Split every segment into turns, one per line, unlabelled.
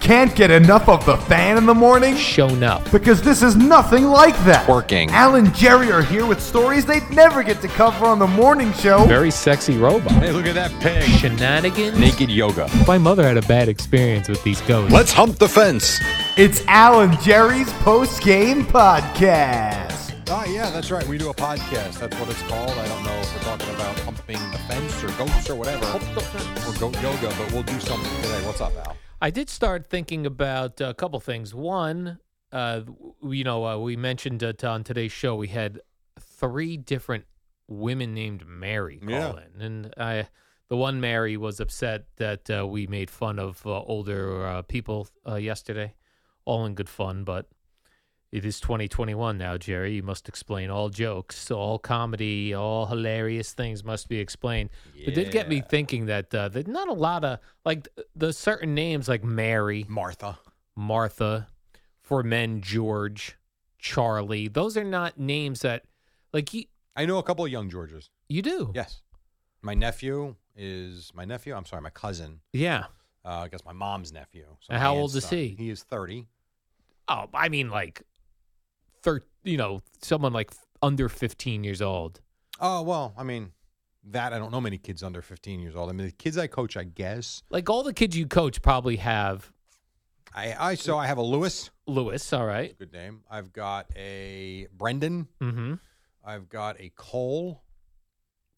Can't get enough of the fan in the morning?
shown up.
Because this is nothing like that.
Working.
Al and Jerry are here with stories they'd never get to cover on the morning show.
Very sexy robot.
Hey, look at that pig.
Shenanigans.
Naked yoga.
My mother had a bad experience with these ghosts.
Let's hump the fence.
It's Al and Jerry's post game podcast.
Ah, yeah, that's right. We do a podcast. That's what it's called. I don't know if we're talking about humping the fence or goats or whatever. Or goat yoga, but we'll do something today. What's up, Al?
I did start thinking about uh, a couple things. One, uh, w- you know, uh, we mentioned it on today's show. We had three different women named Mary call
Yeah.
in, and I, the one Mary was upset that uh, we made fun of uh, older uh, people uh, yesterday. All in good fun, but it is 2021 now, Jerry. You must explain all jokes, all comedy, all hilarious things must be explained. It did get me thinking that uh, that not a lot of like th- the certain names like Mary,
Martha.
Martha, for men George, Charlie. Those are not names that like you
I know a couple of young Georges.
you do.
Yes. My nephew is my nephew. I'm sorry, my cousin.
Yeah.
Uh, I guess my mom's nephew. So
And
my
how
aunt's
old is
son.
he?
He is 30.
Oh, I mean like thir- you know, someone like f- under 15 years old.
Oh, well, I mean, that I don't know many kids under 15 years old. I mean, the kids I coach, I guess.
Like all the kids you coach probably have
I, I so I have a Lewis.
Lewis, all right?
Good name. I've got a Brendan.
Mhm.
I've got a Cole,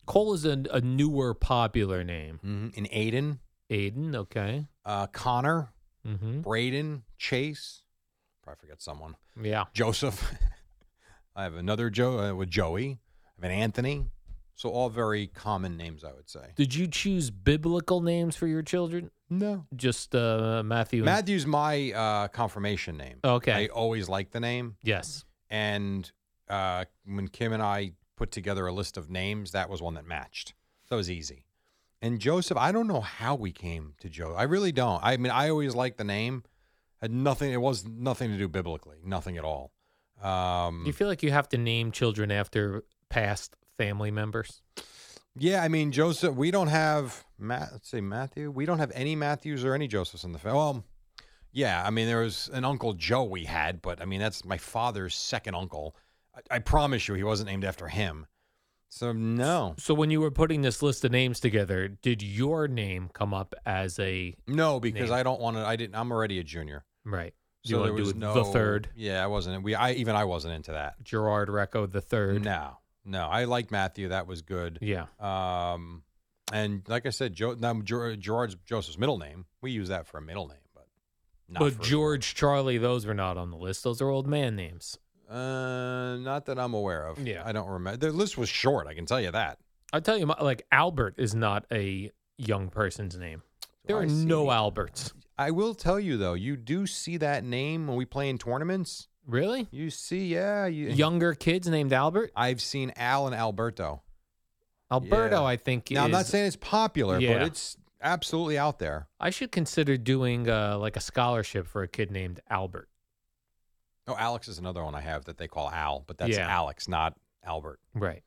Cole is a, a newer popular name.
an Aiden,
Aiden, okay.
uh, Connor,
Mhm.
Braden, Chase. Probably forget someone.
Yeah.
Joseph. I have another Joe uh, with Joey. I have an Anthony. So all very common names, I would say.
Did you choose biblical names for your children?
No.
Just uh, Matthew. and-
Matthew's my uh, confirmation name.
Okay.
I always like the name.
yes.
And uh, when Kim and I put together a list of names, that was one that matched. So it was easy. And Joseph, I don't know how we came to Joe. I really don't. I mean, I always liked the name. Had nothing. It was nothing to do biblically. Nothing at all. Um,
Do you feel like you have to name children after past family members?
yeah, I mean, Joseph. We don't have Matt. Let's see, Matthew. We don't have any Matthews or any Josephs in the family. Well, yeah. I mean, there was an Uncle Joe we had, but I mean, that's my father's second uncle. I, I promise you, he wasn't named after him. So no.
So when you were putting this list of names together, did your name come up as a
No, because
name.
I don't want to. I didn't. I'm already a junior,
right? Do
so
you
there
want to
was
do it
no
the third
Yeah, I wasn't. We, I even I wasn't into that.
Gerard Recco the third?
No, no. I liked Matthew. That was good.
Yeah.
Um, and like I said, Joe, now Ger- Gerard's Joseph's middle name. We use that for a middle name, but not
but
for-
George, Charlie, those were not on the list. Those are old man names.
Uh, not that I'm aware of.
Yeah.
I don't remember. The list was short. I can tell you that.
I tell you, my, like Albert is not a young person's name. There
I
are
see.
no Alberts.
I will tell you though, you do see that name when we play in tournaments.
Really?
You see, yeah, you,
Younger kids named Albert?
I've seen Al and Alberto.
Alberto,
Yeah.
I think.
Now, I'm not
is-
saying it's popular,
Yeah.
but it's absolutely out there.
I should consider doing uh, like a scholarship for a kid named Albert.
Oh, Alex is another one I have that they call Al, but that's
Yeah.
Alex, not Albert.
Right.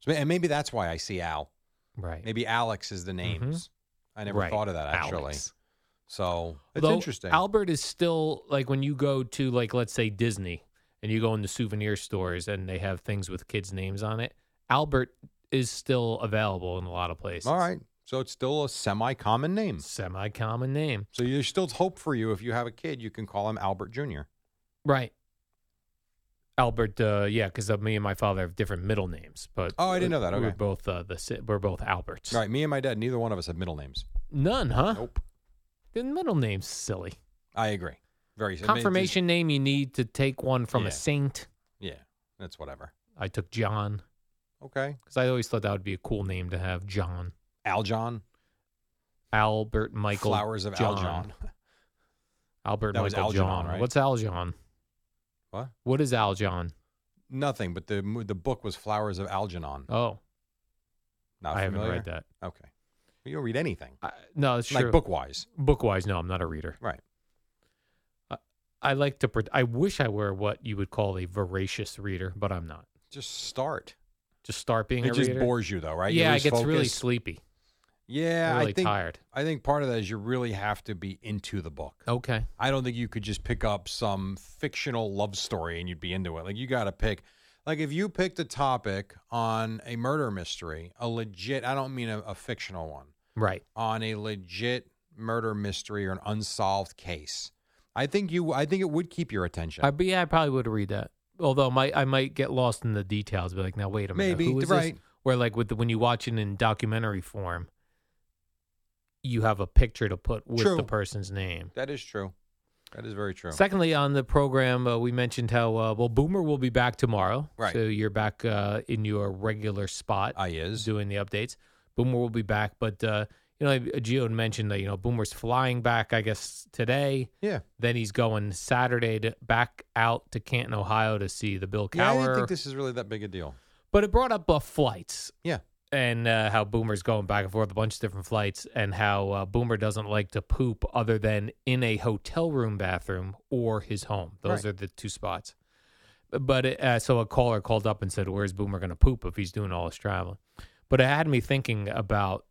So, and maybe that's why I see Al.
Right.
Maybe Alex is the names. I never
Mm-hmm. Right.
thought of that actually.
Alex.
So it's
Although
interesting.
Albert is still like when you go to like let's say Disney and you go into souvenir stores and they have things with kids' names on it. Albert is still available in a lot of places.
All right. Hmm. So it's still a semi-common name.
Semi common name.
So there's still hope for you if you have a kid. You can call him Albert Jr.
Right. Albert, uh, yeah, because uh, me and my father have different middle names, but
Oh, I didn't know that.
we're
Okay.
both uh, the si- we're both Alberts.
All right. Me and my dad, neither one of us have middle names.
None, huh?
Nope.
The middle name's silly.
I agree. Very I mean,
Confirmation name you need to take one from
Yeah.
a saint.
just- yeah. That's whatever.
I took John
Okay.
because I always thought that would be a cool name to have. John,
Al John.
Albert, Michael,
Flowers of
John.
Al John.
Albert
That was
Michael
Algernon,
John.
right?
What's Al John?
What?
What is Al John?
Nothing. But the mo- the book was Flowers of Algernon.
Oh,
Not
I haven't
familiar?
read that.
Okay. Well, you don't read anything.
I, no, it's
Like
true.
book wise.
Bookwise, no, I'm not a reader.
Right.
I like to. Pre- I wish I were what you would call a voracious reader, but I'm not.
Just start.
Just start being
It
a
just
reader.
bores you though, right? You
Yeah, I
lose
get really
focus.
sleepy,
Yeah,
really
I think
tired.
I think part of that is you really have to be into the book.
Okay.
I don't think you could just pick up some fictional love story and you'd be into it. Like you got to pick like if you picked a topic on a murder mystery, a legit, I don't mean a, a fictional one,
Right.
on a legit murder mystery or an unsolved case. I think you I think it would keep your attention.
I but yeah, I probably would read that. Although my I might get lost in the details, be like, now wait a minute,
Maybe,
who is
right.
this? Where like with the, when you watch it in documentary form, you have a picture to put with
True.
the person's name.
that is true. That is very true.
Secondly, on the program, uh, we mentioned how uh, well Boomer will be back tomorrow,
Right.
So you're back uh, in your regular spot
I is.
doing the updates. Boomer will be back, but uh, you know, Gio had mentioned that you know Boomer's flying back, I guess today.
Yeah.
Then he's going Saturday to back out to Canton, Ohio to see the Bill
Yeah, I
Cower.
didn't think this is really that big a deal.
but it brought up uh, flights
Yeah.
and uh, how Boomer's going back and forth a bunch of different flights and how uh, Boomer doesn't like to poop other than in a hotel room bathroom or his home. Those
Right.
are the two spots. But it, uh, so a caller called up and said, Where's Boomer going to poop if he's doing all his traveling? But it had me thinking about,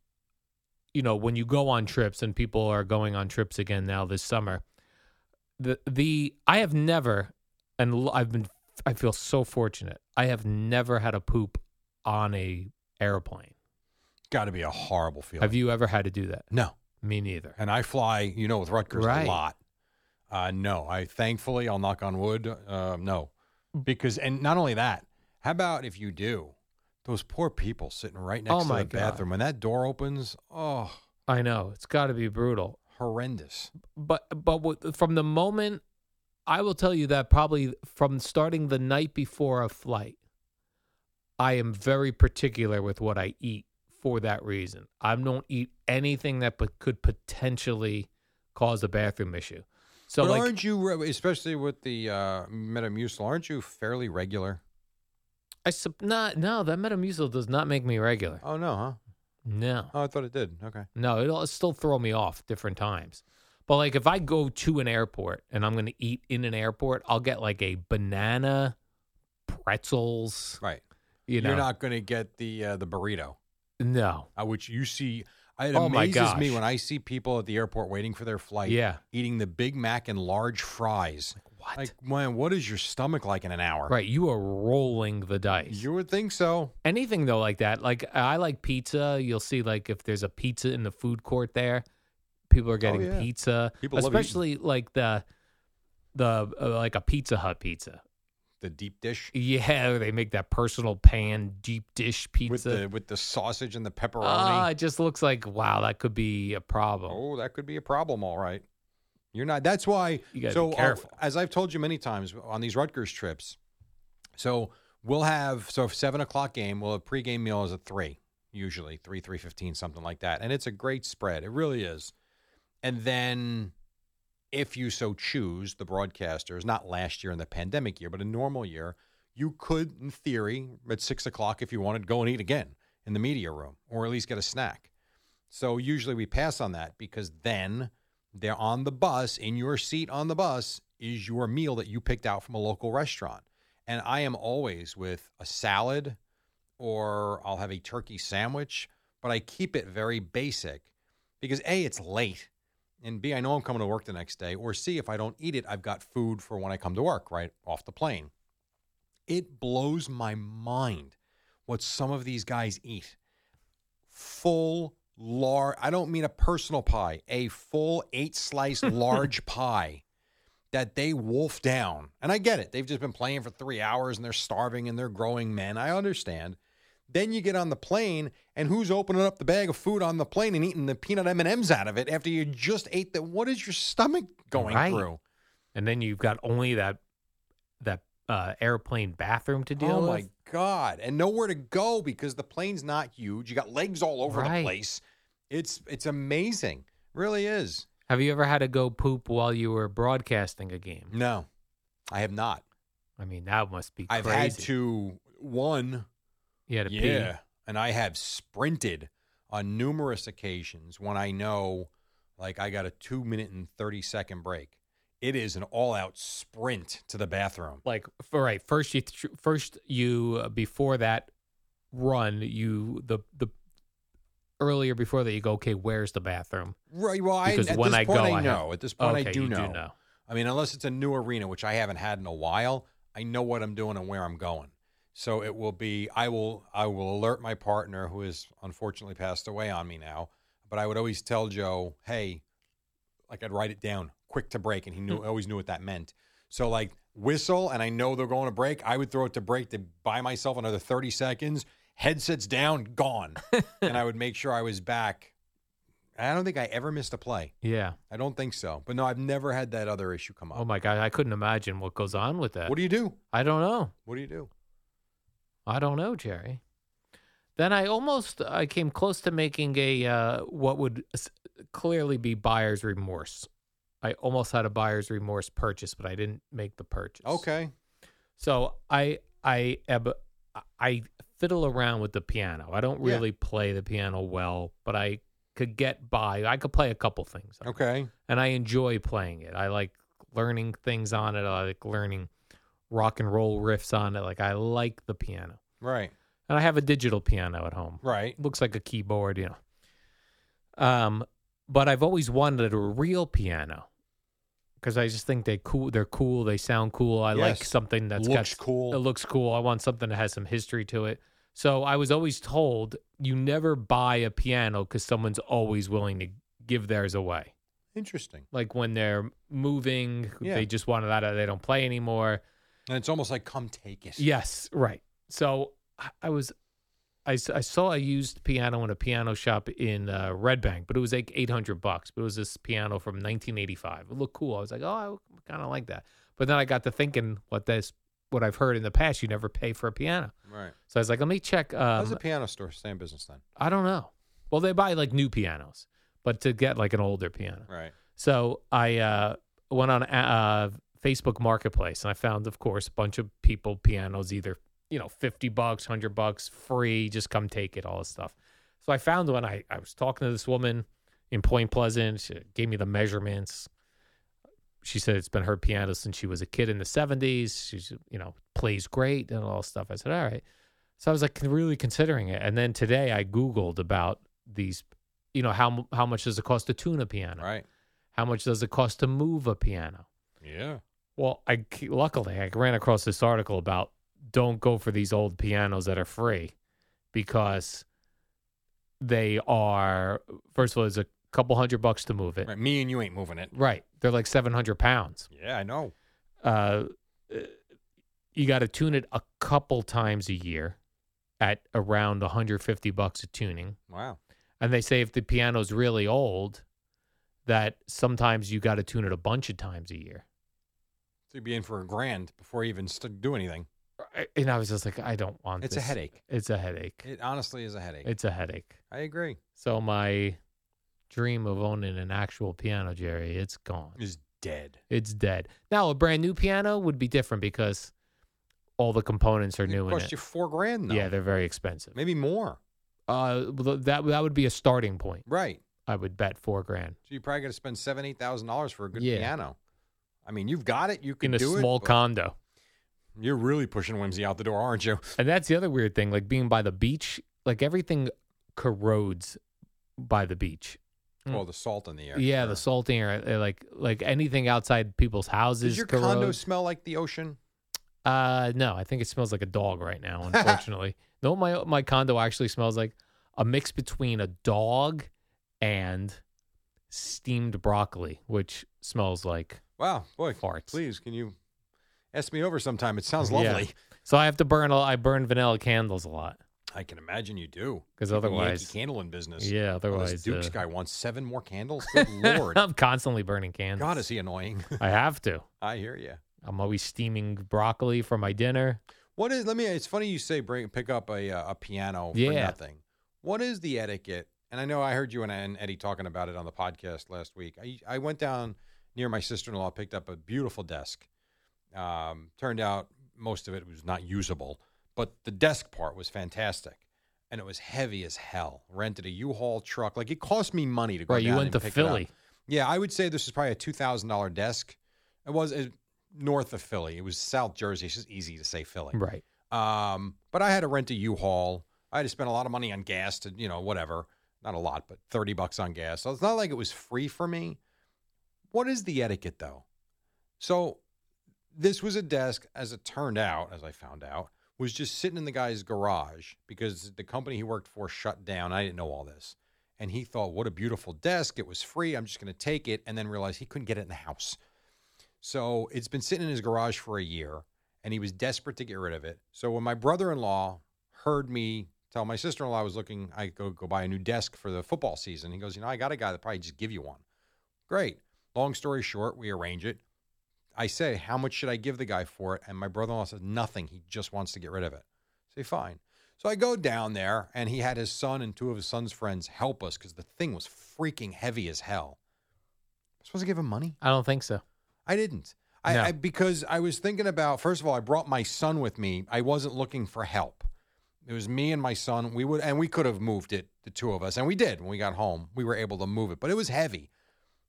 you know, when you go on trips and people are going on trips again now this summer, the, the I have never, and l- I've been, I feel so fortunate. I have never had a poop on a airplane.
Got to be a horrible feeling.
Have you ever had to do that?
No.
Me neither.
and I fly, you know, with Rutgers
Right.
a lot. Uh, no, I thankfully, I'll knock on wood. Uh, no, because and not only that, how about if you do, those poor people sitting right next
Oh
to
my
the
God.
bathroom when that door opens, oh,
I know it's got to be brutal.
horrendous.
But but what- from the moment, I will tell you that probably from starting the night before a flight, I am very particular with what I eat for that reason. I don't eat anything that pot- could potentially cause a bathroom issue. So
but
like
aren't you, re- especially with the uh, Metamucil, aren't you fairly regular?
I sup- not no that Metamucil does not make me regular.
Oh no, huh?
No.
Oh, I thought it did. Okay,
No, it'll still throw me off different times. But like if I go to an airport and I'm going to eat in an airport, I'll get like a banana, pretzels.
right.
You know,
You're not going to get the uh, the burrito,
no,
uh, which you see. I- It
Oh, my
amazes me
gosh.
when I see people at the airport waiting for their flight.
Yeah.
eating the Big Mac and large fries.
what?
Like, man, what is your stomach like in an hour?
right, you are rolling the dice.
You would think so.
Anything though like that, like I like pizza. You'll see like if there's a pizza in the food court there, people are getting
Oh, yeah.
pizza,
People love eating.
especially like the the uh, like a Pizza Hut pizza.
The deep dish
Yeah, they make that personal pan deep dish pizza
with the with the sausage and the
Ah,
pepperoni.
it just looks like wow, that could be a problem.
oh, that could be a problem. All right, you're not. That's why.
You gotta
so,
be
uh,
careful.
as I've told you many times on these Rutgers trips, so we'll have so if seven o'clock game. We'll have pregame meal is at three, usually three three fifteen something like that, and it's a great spread. It really is. And then, if you so choose, the broadcasters, not last year in the pandemic year, but a normal year, you could, in theory, at six o'clock, if you wanted, go and eat again in the media room or at least get a snack. So usually we pass on that because then they're on the bus, in your seat on the bus is your meal that you picked out from a local restaurant. And I am always with a salad or I'll have a turkey sandwich, but I keep it very basic because A, it's late. And B, I know I'm coming to work the next day. Or C, if I don't eat it, I've got food for when I come to work, right? Off the plane. It blows my mind what some of these guys eat. Full large, I don't mean a personal pie, a full eight slice large pie that they wolf down. And I get it. They've just been playing for three hours and they're starving and they're growing men. I understand. Then you get on the plane, and who's opening up the bag of food on the plane and eating the peanut M and M's out of it after you just ate that? What is your stomach going
Right.
through?
and then you've got only that that uh, airplane bathroom to deal
oh
with.
my god! And nowhere to go because the plane's not huge. You got legs all over the
Right.
place. It's it's amazing. Really is.
Have you ever had to go poop while you were broadcasting a game?
No, I have not.
I mean, that must be
I've
crazy.
had to one.
You had to
yeah, and I have sprinted on numerous occasions when I know, like, I got a two minute and thirty second break. It is an all out sprint to the bathroom.
pee. Like, f- all right, first you, tr- first you uh, before that run, you the the earlier before that you go, okay, where's the bathroom?
Right. Well, I,
Because
at
when
this
I
point,
go,
I,
I have-
know. At this point,
okay,
I do,
you
know.
do know.
I mean, unless it's a new arena, which I haven't had in a while, I know what I'm doing and where I'm going. So it will be. I will. I will alert my partner, who is unfortunately passed away on me now. But I would always tell Joe, "Hey, like I'd write it down, quick to break," and he knew. always knew what that meant. So like whistle, and I know they're going to break. I would throw it to break to buy myself another 30 seconds. Headsets down, gone, and I would make sure I was back. I don't think I ever missed a play.
Yeah.
I don't think so. But no, I've never had that other issue come up.
Oh my god, I couldn't imagine what goes on with that.
What do you do?
I don't know.
What do you do?
I don't know, Jerry. Then I almost I came close to making a uh, what would s- clearly be buyer's remorse. I almost had a buyer's remorse purchase, but I didn't make the purchase.
Okay.
So I I ab- I fiddle around with the piano. I don't
Yeah.
really play the piano well, but I could get by. I could play a couple things. on it
Okay.
and I enjoy playing it. I like learning things on it. I like learning rock and roll riffs on it. Like I like the piano.
Right.
And I have a digital piano at home.
Right.
It looks like a keyboard, you know. Um, but I've always wanted a real piano because I just think they cool. They're cool. They sound cool. I like
Yes.
something that's
Looks
got,
cool.
It looks cool. I want something that has some history to it. So I was always told you never buy a piano because someone's always willing to give theirs away
Interesting.
like when they're moving,
Yeah.
they just want it out of they don't play anymore.
And it's almost like come take it.
Yes, right. So I- I was, I, s- I saw a used piano in a piano shop in uh, Red Bank, but it was like eight hundred bucks. But it was this piano from nineteen eighty five. It looked cool. I was like, oh, I kind of like that. But then I got to thinking, what this, what I've heard in the past, you never pay for a piano.
Right.
So I was like, let me check.
How's
Um,
the piano store stay in business then?
I don't know. Well, they buy like new pianos, but to get like an older piano.
Right.
So I uh, went on uh, Facebook Marketplace and I found, of course, a bunch of people pianos, either you know, fifty bucks, hundred bucks, free, just come take it, all this stuff. So I found one. I I was talking to this woman in Point Pleasant. She gave me the measurements. She said it's been her piano since she was a kid in the seventies. She's you know plays great and all this stuff. I said, all right. So I was like really considering it, and then today I Googled about these. You know how mu- how much does it cost to tune a piano?
Right.
How much does it cost to move a piano?
Yeah.
Well, I luckily I ran across this article about don't go for these old pianos that are free because they are first of all, it's a couple hundred bucks to move it.
Right. Me and you ain't moving it.
Right. They're like seven hundred pounds.
Yeah, I know.
Uh, you got to tune it a couple times a year at around 150 bucks a tuning.
Wow.
And they say if the piano's really old, that sometimes you got to tune it a bunch of times a year.
So you'd be in for a grand before you even st- do anything.
I- and I was just like, I don't want.
It's a
this.
headache.
It's a headache.
It honestly is a headache.
It's a headache.
I agree.
So my dream of owning an actual piano, Jerry, it's gone.
Is dead.
It's dead. Now a brand new piano would be different because all the components are
It
new in
cost
it.
you four grand though.
Yeah, they're very expensive.
Maybe more.
Uh, th- that that would be a starting point.
Right.
I would bet four grand
So you probably got to spend seven, eight thousand dollars for a good
Yeah.
piano. I mean, you've got it. You can
in a
do
small
it. but
condo.
You're really pushing whimsy out the door, aren't you?
And that's the other weird thing, like being by the beach. Like everything corrodes by the beach. Mm.
Well, the salt in the air.
yeah,
sure.
the salting or uh, like like anything outside people's houses.
Does your condo
corrodes.
smell like the ocean?
Uh, no, I think it smells like a dog right now. Unfortunately, no, my my condo actually smells like a mix between a dog and steamed broccoli, which smells like.
Wow, boy,
Farts.
Please, can you ask me over sometime? It sounds
Yeah.
lovely.
So I have to burn. a- I burn vanilla candles a lot
I can imagine you do.
because
Keeping Yankee
otherwise,
candle in business.
yeah,
Oh,
otherwise,
this Duke's
uh,
guy wants seven more candles. Good lord,
I'm constantly burning candles.
God, is he annoying?
I have to.
I hear you.
I'm always steaming broccoli for my dinner.
What is? Let me. It's funny you say bring pick up a uh, a piano for
Yeah.
nothing. What is the etiquette? And I know I heard you and, and Eddie talking about it on the podcast last week. I I went down near my sister in law, picked up a beautiful desk. Um, turned out most of it was not usable, but the desk part was fantastic, and it was heavy as hell. Rented a U-Haul truck. Like it cost me money to go.
Right, you
down
went
and
to
pick it up.
Philly.
Yeah, I would say this is probably a two thousand dollar desk. It was uh, north of Philly. It was South Jersey. It's just easy to say Philly.
Right.
Um, but I had to rent a U-Haul. I had to spend a lot of money on gas to, you know, whatever. Not a lot, but 30 bucks on gas. So it's not like it was free for me. What is the etiquette though? So this was a desk, as it turned out, as I found out, was just sitting in the guy's garage because the company he worked for shut down. I didn't know all this. And he thought, what a beautiful desk. It was free. I'm just going to take it. And then realized he couldn't get it in the house. So it's been sitting in his garage for a year and he was desperate to get rid of it. So when my brother-in-law heard me tell my sister-in-law I was looking, I go go buy a new desk for the football season. He goes, you know, I got a guy that probably just give you one. Great. Long story short, we arrange it. I say, how much should I give the guy for it? And my brother-in-law says nothing. He just wants to get rid of it. I say fine. So I go down there, and he had his son and two of his son's friends help us because the thing was freaking heavy as hell. I'm supposed to give him money?
I don't think so.
I didn't. I,
No.
I because I was thinking about first of all, I brought my son with me. I wasn't looking for help. It was me and my son. We would and we could have moved it, the two of us, and we did when we got home. We were able to move it, but it was heavy.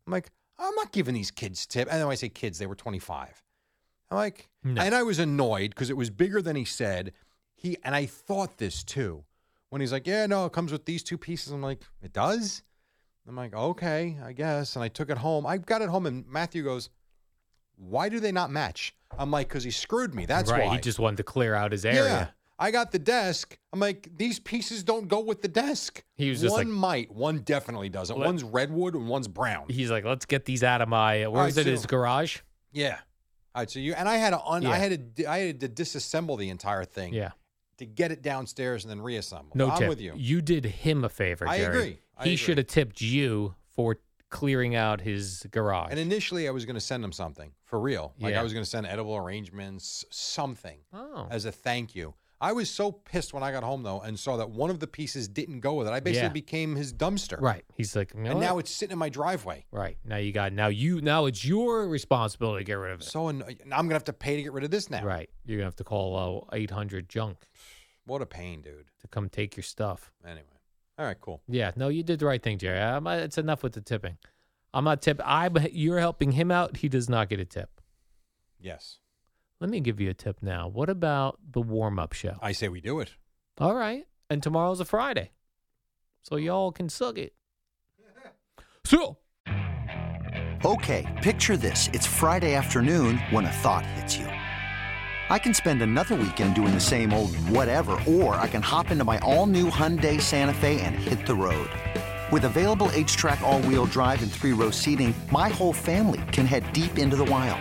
I'm like, I'm not giving these kids tip. And when I say kids, they were 25. I'm like,
No.
and I was annoyed because it was bigger than he said. He and I thought this too when he's like, yeah, no, it comes with these two pieces. I'm like, it does. I'm like, okay, I guess. And I took it home. I got it home, and Matthew goes, why do they not match? I'm like, because he screwed me. That's
right.
why.
He just wanted to clear out his area.
yeah. I got the desk. I'm like, these pieces don't go with the desk.
He was just
one
like-
might, one definitely doesn't.
What-
One's redwood and one's brown.
He's like, let's get these out of my. Where
I
is it?
see
His
him.
garage.
yeah. All right. So you and I had to un,
Yeah.
I had to di- I had to disassemble the entire thing
Yeah.
to get it downstairs and then reassemble.
No
I'm
tip.
with you.
did him a favor.
I
Jerry.
agree.
he
I agree.
should have tipped you for clearing out his garage.
And initially, I was going to send him something for real. Like
Yeah.
I was going to send edible arrangements, something
oh,
as a thank you. I was so pissed when I got home though and saw that one of the pieces didn't go with it. I basically
Yeah.
became his dumpster.
right. He's like,
And now it's sitting in my driveway.
right now you got now you now it's your responsibility to get rid of it.
So anno- and I'm gonna have to pay to get rid of this now.
Right. You're gonna have to call uh, eight hundred junk
What a pain, dude.
to come take your stuff.
Anyway, all right, cool.
Yeah. No, you did the right thing, Jerry. I'm, uh, it's enough with the tipping. I'm not tip. I you're helping him out. He does not get a tip.
Yes,
Let me give you a tip now. What about the warm up show?
I say we do it.
All right. And tomorrow's a Friday. So y'all can suck it. So,
Okay, picture this. It's Friday afternoon when a thought hits you. I can spend another weekend doing the same old whatever, or I can hop into my all new Hyundai Santa Fe and hit the road. With available H track, all wheel drive, and three row seating, my whole family can head deep into the wild.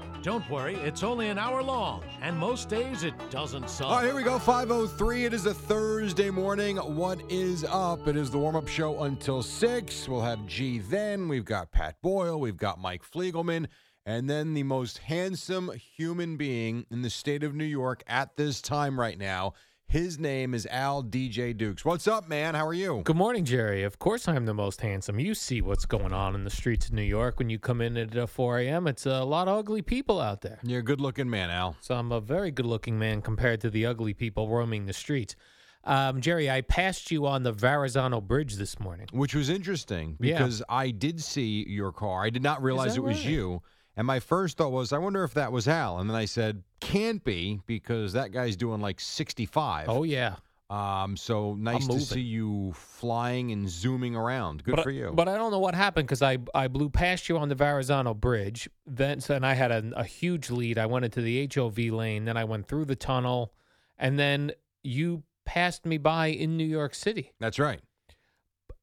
Don't worry, it's only an hour long, and most days it doesn't suck.
All right, here we go. 503. It is a Thursday morning. What is up? It is the warm up show until 6. We'll have G then. We've got Pat Boyle. We've got Mike Fliegelman. And then the most handsome human being in the state of New York at this time right now. His name is Al DJ Dukes. What's up, man? How are you?
Good morning, Jerry. Of course, I'm the most handsome. You see what's going on in the streets of New York when you come in at uh, 4 a.m. It's a lot of ugly people out there.
You're a good looking man, Al.
So I'm a very good looking man compared to the ugly people roaming the streets. Um, Jerry, I passed you on the Verrazano Bridge this morning.
Which was interesting
Yeah.
because I did see your car. I did not realize
that
it was
right?
you. And my first thought was, I wonder if that was Al. And then I said, can't be because that guy's doing like 65.
Oh, yeah.
Um, so nice to
moving.
see you flying and zooming around. Good
but,
for
I-
you.
But I don't know what happened because I, I blew past you on the Verrazano Bridge. Then and I had a, a huge lead. I went into the HOV lane. Then I went through the tunnel. And then you passed me by in New York City.
That's right.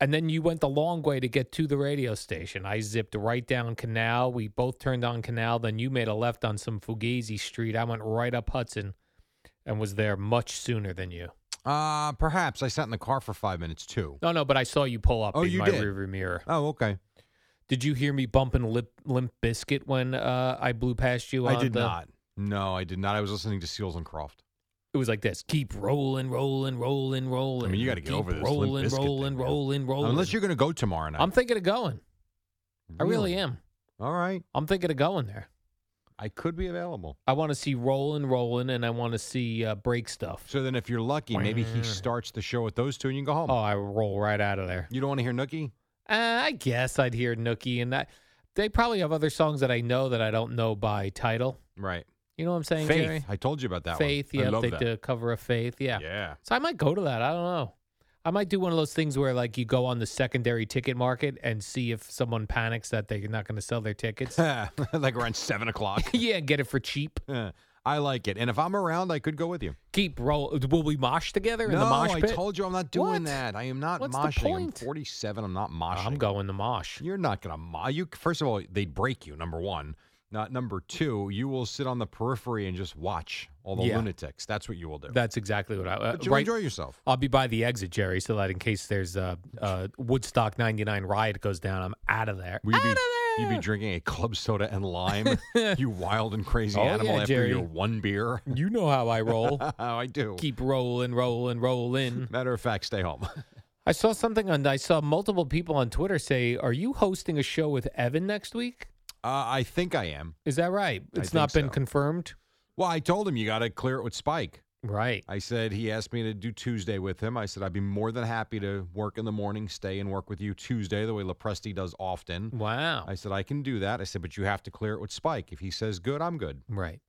And then you went the long way to get to the radio station. I zipped right down Canal. We both turned on Canal. Then you made a left on some Fugazi Street. I went right up Hudson and was there much sooner than you.
Uh, perhaps I sat in the car for five minutes too.
No, no, but I saw you pull up
Oh,
in
you
my
did.
rearview mirror.
Oh, okay.
Did you hear me bumping Lip, Limp Biscuit when uh, I blew past you?
I
on
did
the-
not. No, I did not. I was listening to Seals and Croft.
It was like this: keep rolling, rolling, rolling, rolling.
I mean, you gotta get
Keep
over this Limp
Rolling,
Bizkit thing,
rolling,
man.
rolling, rolling.
Unless you're going to go tomorrow night.
I'm thinking of going. I really am.
All right.
I'm thinking of going there.
I could be available.
I want to see rolling, rolling, and I want to see uh, break stuff.
So then, if you're lucky, maybe he
Wah.
starts the show with those two, and you can go home.
Oh, I roll right out of there.
You don't want to hear Nookie?
Uh, I guess I'd hear Nookie, and that they probably have other songs that I know that I don't know by title.
Right.
You know what I'm saying,
Faith.
Jerry?
I told you about that
Faith,
one. I
yeah,
love
they
that.
did a cover of Faith, yeah.
Yeah.
So I might go to that. I don't know. I might do one of those things where like you go on the secondary ticket market and see if someone panics that they're not going to sell their tickets.
like around seven o'clock.
yeah, get it for cheap.
Eh, I like it. And if I'm around, I could go with you.
Keep roll. Will we mosh together in
no,
the mosh
I
pit?
told you I'm not doing
What?
that. I am not
What's the
moshing. I'm
point?
47. I'm not moshing.
I'm going to mosh.
You're not going to mosh. You first of all, they'd break you. Number one. Not number two. You will sit on the periphery and just watch all the
Yeah.
lunatics. That's what you will do.
That's exactly what I. Uh,
but you
right,
enjoy yourself.
I'll be by the exit, Jerry, so that in case there's a uh, uh, Woodstock '99 riot goes down, I'm out of there.
Will you be, you'd be drinking a club soda and lime. you wild and crazy
Oh,
animal
yeah,
after
Jerry.
your one beer.
You know how I roll.
I do.
Keep rolling, rolling, rolling.
Matter of fact, stay home. Uh,
I saw something on. I saw multiple people on Twitter say, "Are you hosting a show with Evan next week?"
Uh, I think I am.
Is that right?
I
It's not
think
been
so.
confirmed.
Well, I told him you got to clear it with Spike.
Right.
I said he asked me to do Tuesday with him. I said I'd be more than happy to work in the morning, stay and work with you Tuesday the way Lepresti does often.
Wow.
I said I can do that. I said, but you have to clear it with Spike. If he says good, I'm good.
right.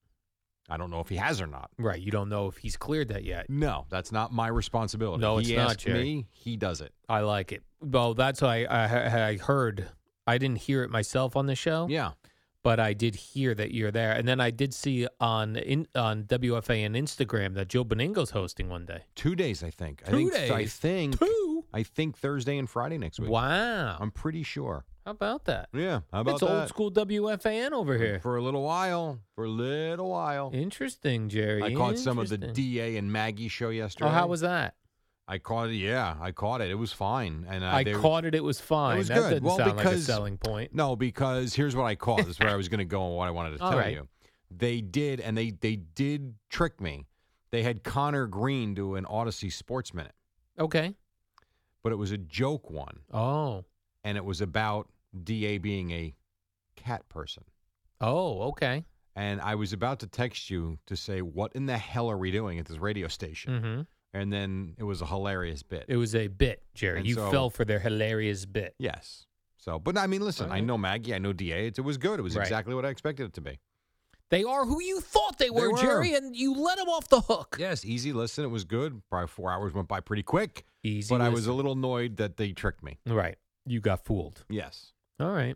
I don't know if he has or not.
Right. You don't know if he's cleared that yet.
No, that's not my responsibility.
No,
he
it's not,
asked
Jerry.
me. He does it.
I like it. Well, that's why I, I, I heard. I didn't hear it myself on the show,
Yeah.
but I did hear that you're there. And then I did see on in, on WFA and Instagram that Joe Beningo's hosting one day.
Two days, I think. I
Two
think I
days?
think
Two.
I think Thursday and Friday next week.
Wow.
I'm pretty sure.
How about that?
Yeah. How about
it's
that?
old school WFAN over here.
For a little while. For a little while.
Interesting, Jerry.
Oh. I caught some of the
Interesting.
DA and Maggie show yesterday.
Oh, how was that?
I caught it. Yeah, I caught it. It was fine. And uh,
I
they-
caught it. It was fine.
was
that
good.
doesn't
Well,
sound like a
because-
selling point.
No, because here's what I caught. This is where I was going to go and what I wanted to
All
tell
right.
you. They did, and they they did trick me. They had Connor Green do an Odyssey Sports Minute,
Okay.
but it was a joke one,
Oh.
and it was about DA being a cat person.
Oh. Okay.
And I was about to text you to say, "What in the hell are we doing at this radio station?"
hmm
And then Mm. it was a hilarious bit.
It was a bit, Jerry.
And
you
so-
fell for their hilarious bit.
Yes. So, but I mean, listen, I
Alright.
know Maggie, I know DA. It, it was good. It was
Right.
exactly what I expected it to be.
They are who you thought they were,
were.
Jerry, and you let them off the hook.
Yes, easy listen. It was good. Probably four hours went by pretty quick,
Easy.
but I was a
listen.
little annoyed that they tricked me.
right. You got fooled.
Yes.
All right.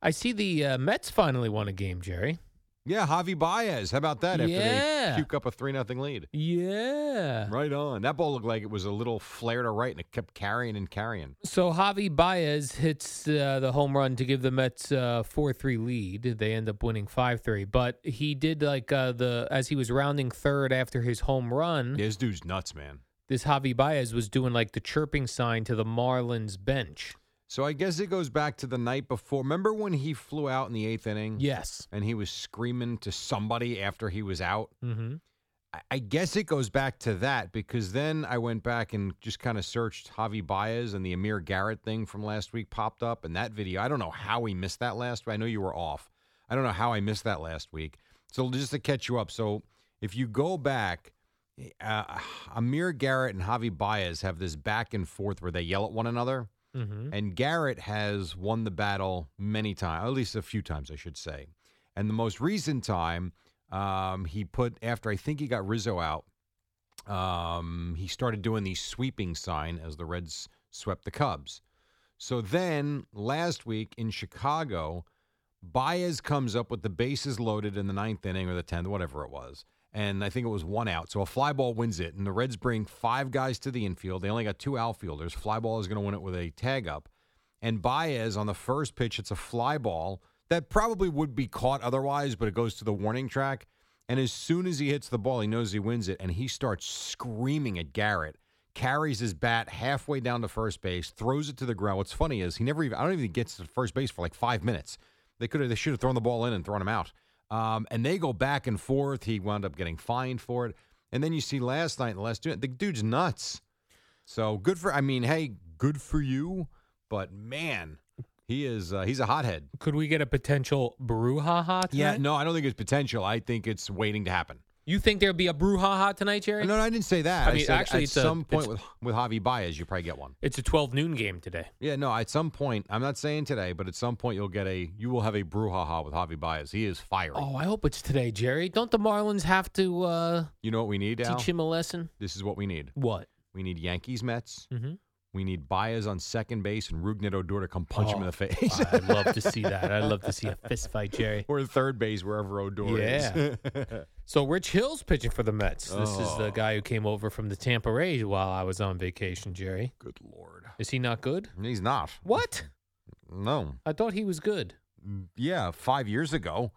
I see the uh, Mets finally won a game, Jerry.
Yeah, Javi Baez. How about that? After
Yeah.
they puke up a three nothing lead.
Yeah.
Right on. That ball looked like it was a little flare to right, and it kept carrying and carrying.
So Javi Baez hits uh, the home run to give the Mets a four-three lead. They end up winning five-three, but he did like uh, the as he was rounding third after his home run.
This dude's nuts, man.
This Javi Baez was doing like the chirping sign to the Marlins bench.
So I guess it goes back to the night before. Remember when he flew out in the eighth inning?
Yes.
And he was screaming to somebody after he was out?
Mm-hmm.
I- I guess it goes back to that because then I went back and just kind of searched Javi Baez and the Amir Garrett thing from last week popped up and that video. I don't know how we missed that last week. I know you were off. I don't know how I missed that last week. So just to catch you up. So if you go back, uh, Amir Garrett and Javi Baez have this back and forth where they yell at one another.
Mm-hmm.
And Garrett has won the battle many times, at least a few times, I should say. And the most recent time, um, he put after I think he got Rizzo out, um, he started doing the sweeping sign as the Reds swept the Cubs. So then last week in Chicago, Baez comes up with the bases loaded in the ninth inning or the tenth, whatever it was. And I think it was one out. So a fly ball wins it. And the Reds bring five guys to the infield. They only got two outfielders. Fly ball is going to win it with a tag up. And Baez on the first pitch, it's a fly ball that probably would be caught otherwise, but it goes to the warning track. And as soon as he hits the ball, he knows he wins it. And he starts screaming at Garrett, carries his bat halfway down to first base, throws it to the ground. What's funny is he never even, I don't even think he gets to first base for like five minutes. They could have. They should have thrown the ball in and thrown him out. Um, and they go back and forth. He wound up getting fined for it. And then you see last night, the last dude, the dude's nuts. So good for. I mean, hey, good for you. But man, he is. Uh, he's a hothead.
Could we get a potential brouhaha tonight?
Yeah. No, I don't think it's potential. I think it's waiting to happen.
You think there'd be a brouhaha tonight, Jerry?
No, no I didn't say that.
I
I
mean,
said
actually,
at
it's a-
some point
it's-
with with Javi Baez, you probably get one.
It's a 12 noon game today.
Yeah, no, at some point, I'm not saying today, but at some point you'll get a, you will have a brouhaha with Javi Baez. He is fiery.
Oh, I hope it's today, Jerry. Don't the Marlins have to uh,
You know what we need, Al?
teach him a lesson?
This is what we need.
What?
We need Yankees Mets.
Mhm.
We need Baez on second base and Rugnet Odor to come punch him in
Oh,
the face.
I'd love to see that. I'd love to see a fist fight, Jerry.
or third base, wherever Odor is.
So Rich Hill's pitching for the Mets. This is the
Oh.
guy who came over from the Tampa Rays while I was on vacation, Jerry.
Good Lord.
Is he not good?
He's not.
What?
No.
I thought he was good.
Yeah, five years ago.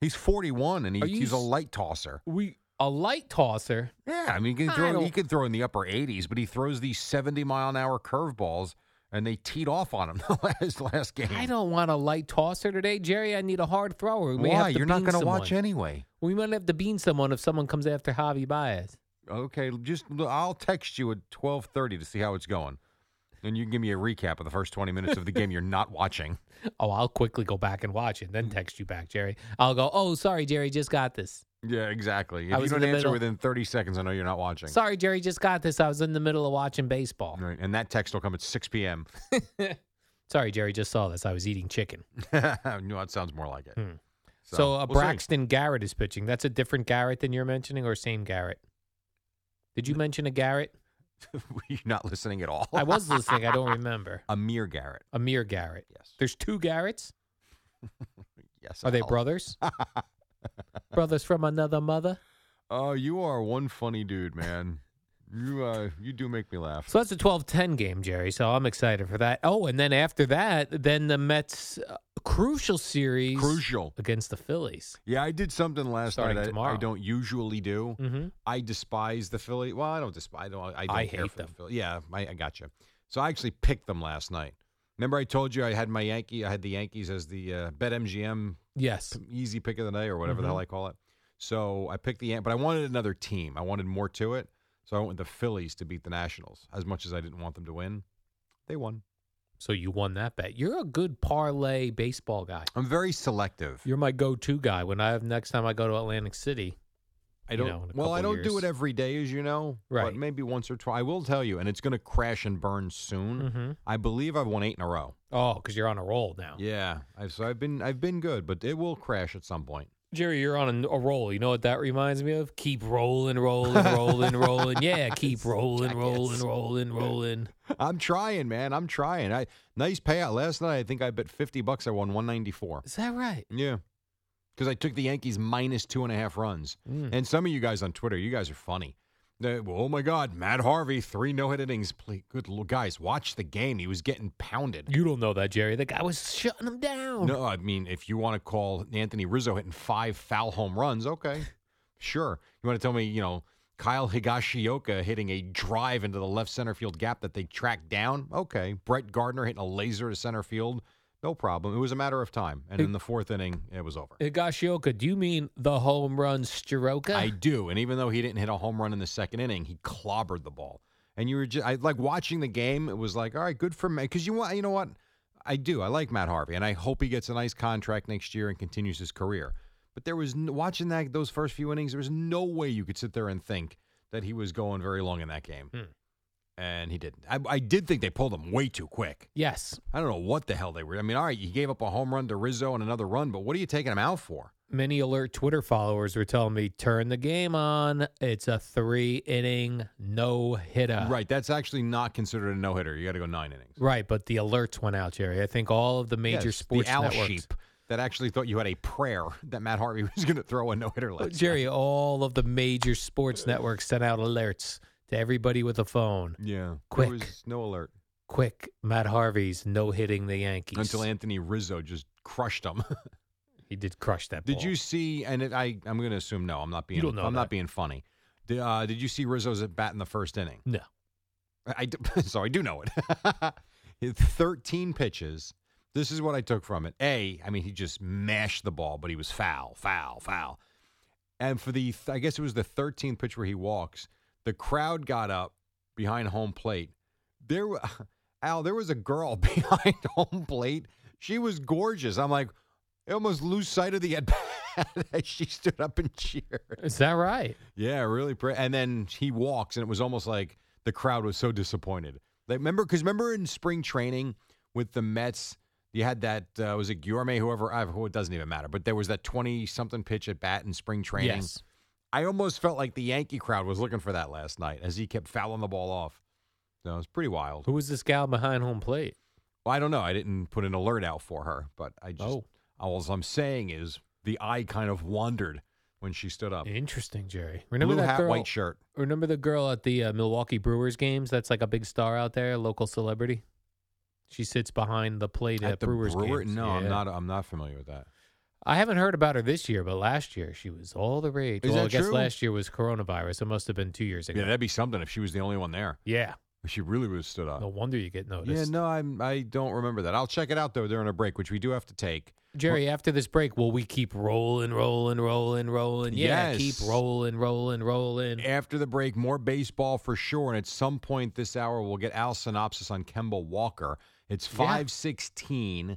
He's 41 and he,
Are you
he's a
s-
light tosser.
We a light tosser.
Yeah, I mean, he can,
I
throw, he
don't-
can throw in the upper 80s, but he throws these 70 mile an hour curveballs and they teed off on him the last, last game.
I don't want a light tosser today, Jerry. I need a hard thrower. We may
Why?
have to
You're not
bean
going to watch
someone.
anyway.
We might have to bean someone if someone comes after Javi Baez.
Okay, just I'll text you at twelve thirty to see how it's going, and you can give me a recap of the first twenty minutes of the game you're not watching.
Oh, I'll quickly go back and watch it, then text you back, Jerry. I'll go. Oh, sorry, Jerry, just got this.
Yeah, exactly.
I
If you
was in
don't
the
answer
middle.
within thirty seconds, I know you're not watching.
Sorry, Jerry, just got this. I was in the middle of watching baseball.
Right, and that text will come at six p.m.
Sorry, Jerry, just saw this. I was eating chicken.
no, that sounds more like it.
Hmm. So, uh,
we'll see.
Braxton Garrett is pitching. That's a different Garrett than you're mentioning, or same Garrett? Did you mention a Garrett?
you're not listening at all.
I was listening. I don't remember.
Amir Garrett.
Amir Garrett.
Yes.
There's two Garretts.
Yes.
Are they
Al.
brothers? brothers from another mother.
Oh, you are one funny dude, man. you uh, you do make me laugh.
So that's a 12-10 game, Jerry. So I'm excited for that. Oh, and then after that, then the Mets uh, crucial series
Crucial.
against the Phillies.
Yeah, I did something last
Starting
night I- I,
tomorrow.
don't usually do.
Mhm.
I despise the Philly. Well, I don't despise. I don't, I don't
I
care
hate
for the
them.
Philly. Yeah, I, I got you. So I actually picked them last night. Remember, I told you I had my Yankee. I had the Yankees as the uh, bet MGM
Yes.
easy pick of the day or whatever
Mm-hmm.
the hell I call it. So I picked the Yan- but I wanted another team. I wanted more to it. So I went with the Phillies to beat the Nationals. As much as I didn't want them to win, they won.
So you won that bet. You're a good parlay baseball guy.
I'm very selective.
You're my go-to guy when I have next time I go to Atlantic City.
I
you
don't.
know, in a
well, I
couple
don't do
years.
it every day, as you know. But
Right.
maybe once or twice. I will tell you, and it's going to crash and burn soon.
Mm-hmm.
I believe I've won eight in a row.
Oh, because you're on a roll now.
Yeah. I've, so I've been I've been good, but it will crash at some point.
Jerry, you're on a, a roll. You know what that reminds me of? Keep rolling, rolling, rolling, rolling. Yeah, keep rolling, rolling, rolling, rolling.
I'm trying, man. I'm trying. I nice payout last night. I think I bet fifty bucks. I won one ninety four.
Is that right?
Yeah. Because I took the Yankees minus two and a half runs.
Mm.
And some of you guys on Twitter, you guys are funny. They- oh my God, Matt Harvey, three no hit innings. Please, good l- guys, watch the game. He was getting pounded.
You don't know that, Jerry. The guy was shutting him down.
No, I mean, if you want to call Anthony Rizzo hitting five foul home runs, okay, sure. You want to tell me, you know, Kyle Higashioka hitting a drive into the left center field gap that they tracked down. Okay. Brett Gardner hitting a laser to center field. No problem. It was a matter of time. And in the fourth inning, it was over.
Higashioka, do you mean the home run Stroka?
I do. And even though he didn't hit a home run in the second inning, he clobbered the ball. And you were just I, like watching the game. It was like, all right, good for me. Because you want, you know what? I do. I like Matt Harvey, and I hope he gets a nice contract next year and continues his career. But there was n- watching that those first few innings. There was no way you could sit there and think that he was going very long in that game,
Hmm.
and he didn't. I, I did think they pulled him way too quick.
yes.
I don't know what the hell they were. I mean, all right, he gave up a home run to Rizzo and another run, but what are you taking him out for?
Many alert Twitter followers were telling me, turn the game on. It's a three inning no hitter.
Right, that's actually not considered a no hitter. You got to go nine innings.
Right, but the alerts went out, Jerry. I think all of the major
Yes,
sports
the owl
networks.
sheep that actually thought you had a prayer that Matt Harvey was going to throw a no hitter
Oh,
last.
Jerry, all of the major sports networks sent out alerts to everybody with a phone.
night. Yeah,
Quick.
There was no alert
Quick, Matt Harvey's no hitting the Yankees.
until Anthony Rizzo just crushed him.
he did crush that
did
ball.
you see? And it, I, I'm going to assume no. I'm not being.
Oh. don't know
I'm not
that.
being funny. Did, uh, did you see Rizzo's at bat in the first inning?
No.
I, I d- so I do know it. He had 13 pitches. This is what I took from it. A, I mean, he just mashed the ball, but he was foul, foul, foul. And for the, th- I guess it was the 13th pitch where he walks, the crowd got up behind home plate. There, wa- Al, there was a girl behind home plate. She was gorgeous. I'm like, I almost lose sight of the at bat as she stood up and cheered.
Is that right?
Yeah, really pretty. And then he walks, and it was almost like the crowd was so disappointed. They remember because remember in spring training with the Mets, you had that uh, was it Guillorme, whoever, I, who it doesn't even matter, but there was that twenty something pitch at bat in spring training.
Yes.
I almost felt like the Yankee crowd was looking for that last night as he kept fouling the ball off. So it was pretty wild.
Who was this gal behind home plate?
Well, I don't know. I didn't put an alert out for her, but I just
Oh.
all I'm saying is the eye kind of wandered when she stood up.
Interesting, Jerry. Remember
Blue
that
hat,
girl?
white shirt.
Remember the girl at the uh, Milwaukee Brewers games? That's like a big star out there, local celebrity. She sits behind the plate at, Brewers
Brewer-
games.
No, I'm
Yeah.
not. I'm not familiar with that.
I haven't heard about her this year, but last year she was all the rage.
Is
well,
that
I guess
true?
last year was coronavirus. It must have been two years ago.
Yeah, that'd be something if she was the only one there.
Yeah.
She really would have stood up.
No wonder you get
yeah,
noticed.
no, I'm. I don't remember that. I'll check it out though during a break, which we do have to take.
Jerry, after this break, will we keep rolling, rolling, rolling, rolling? Yeah, keep
Yes. Eh.
rolling, rolling, rolling.
After the break, more baseball for sure, and at some point this hour we'll get Al's synopsis on Kemba Walker. It's
Yeah.
five sixteen.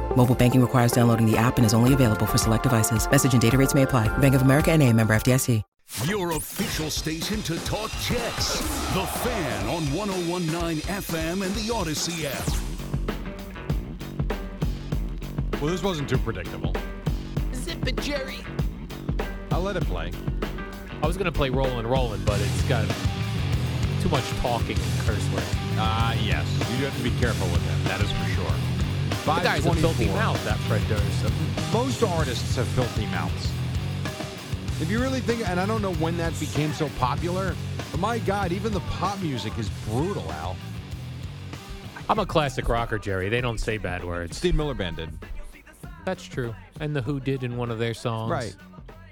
Mobile banking requires downloading the app and is only available for select devices. Message and data rates may apply. Bank of America and a member FDIC.
Your official station to talk Jets. The Fan on 1019 FM and the Odyssey app.
Well, this wasn't too predictable.
Zip it, Jerry.
I'll let it play.
I was going to play rolling, rolling, but it's got too much talking and curse words.
Ah, yes, you do have to be careful with that. That is for sure.
The guy's a filthy
524.
mouth, that Fred Durst.
Most artists have filthy mouths. If you really think, and I don't know when that became so popular, but my God, even the pop music is brutal, Al.
I'm a classic rocker, Jerry. They don't say bad words.
Steve Miller Band did.
That's true. And the Who did in one of their songs.
Right.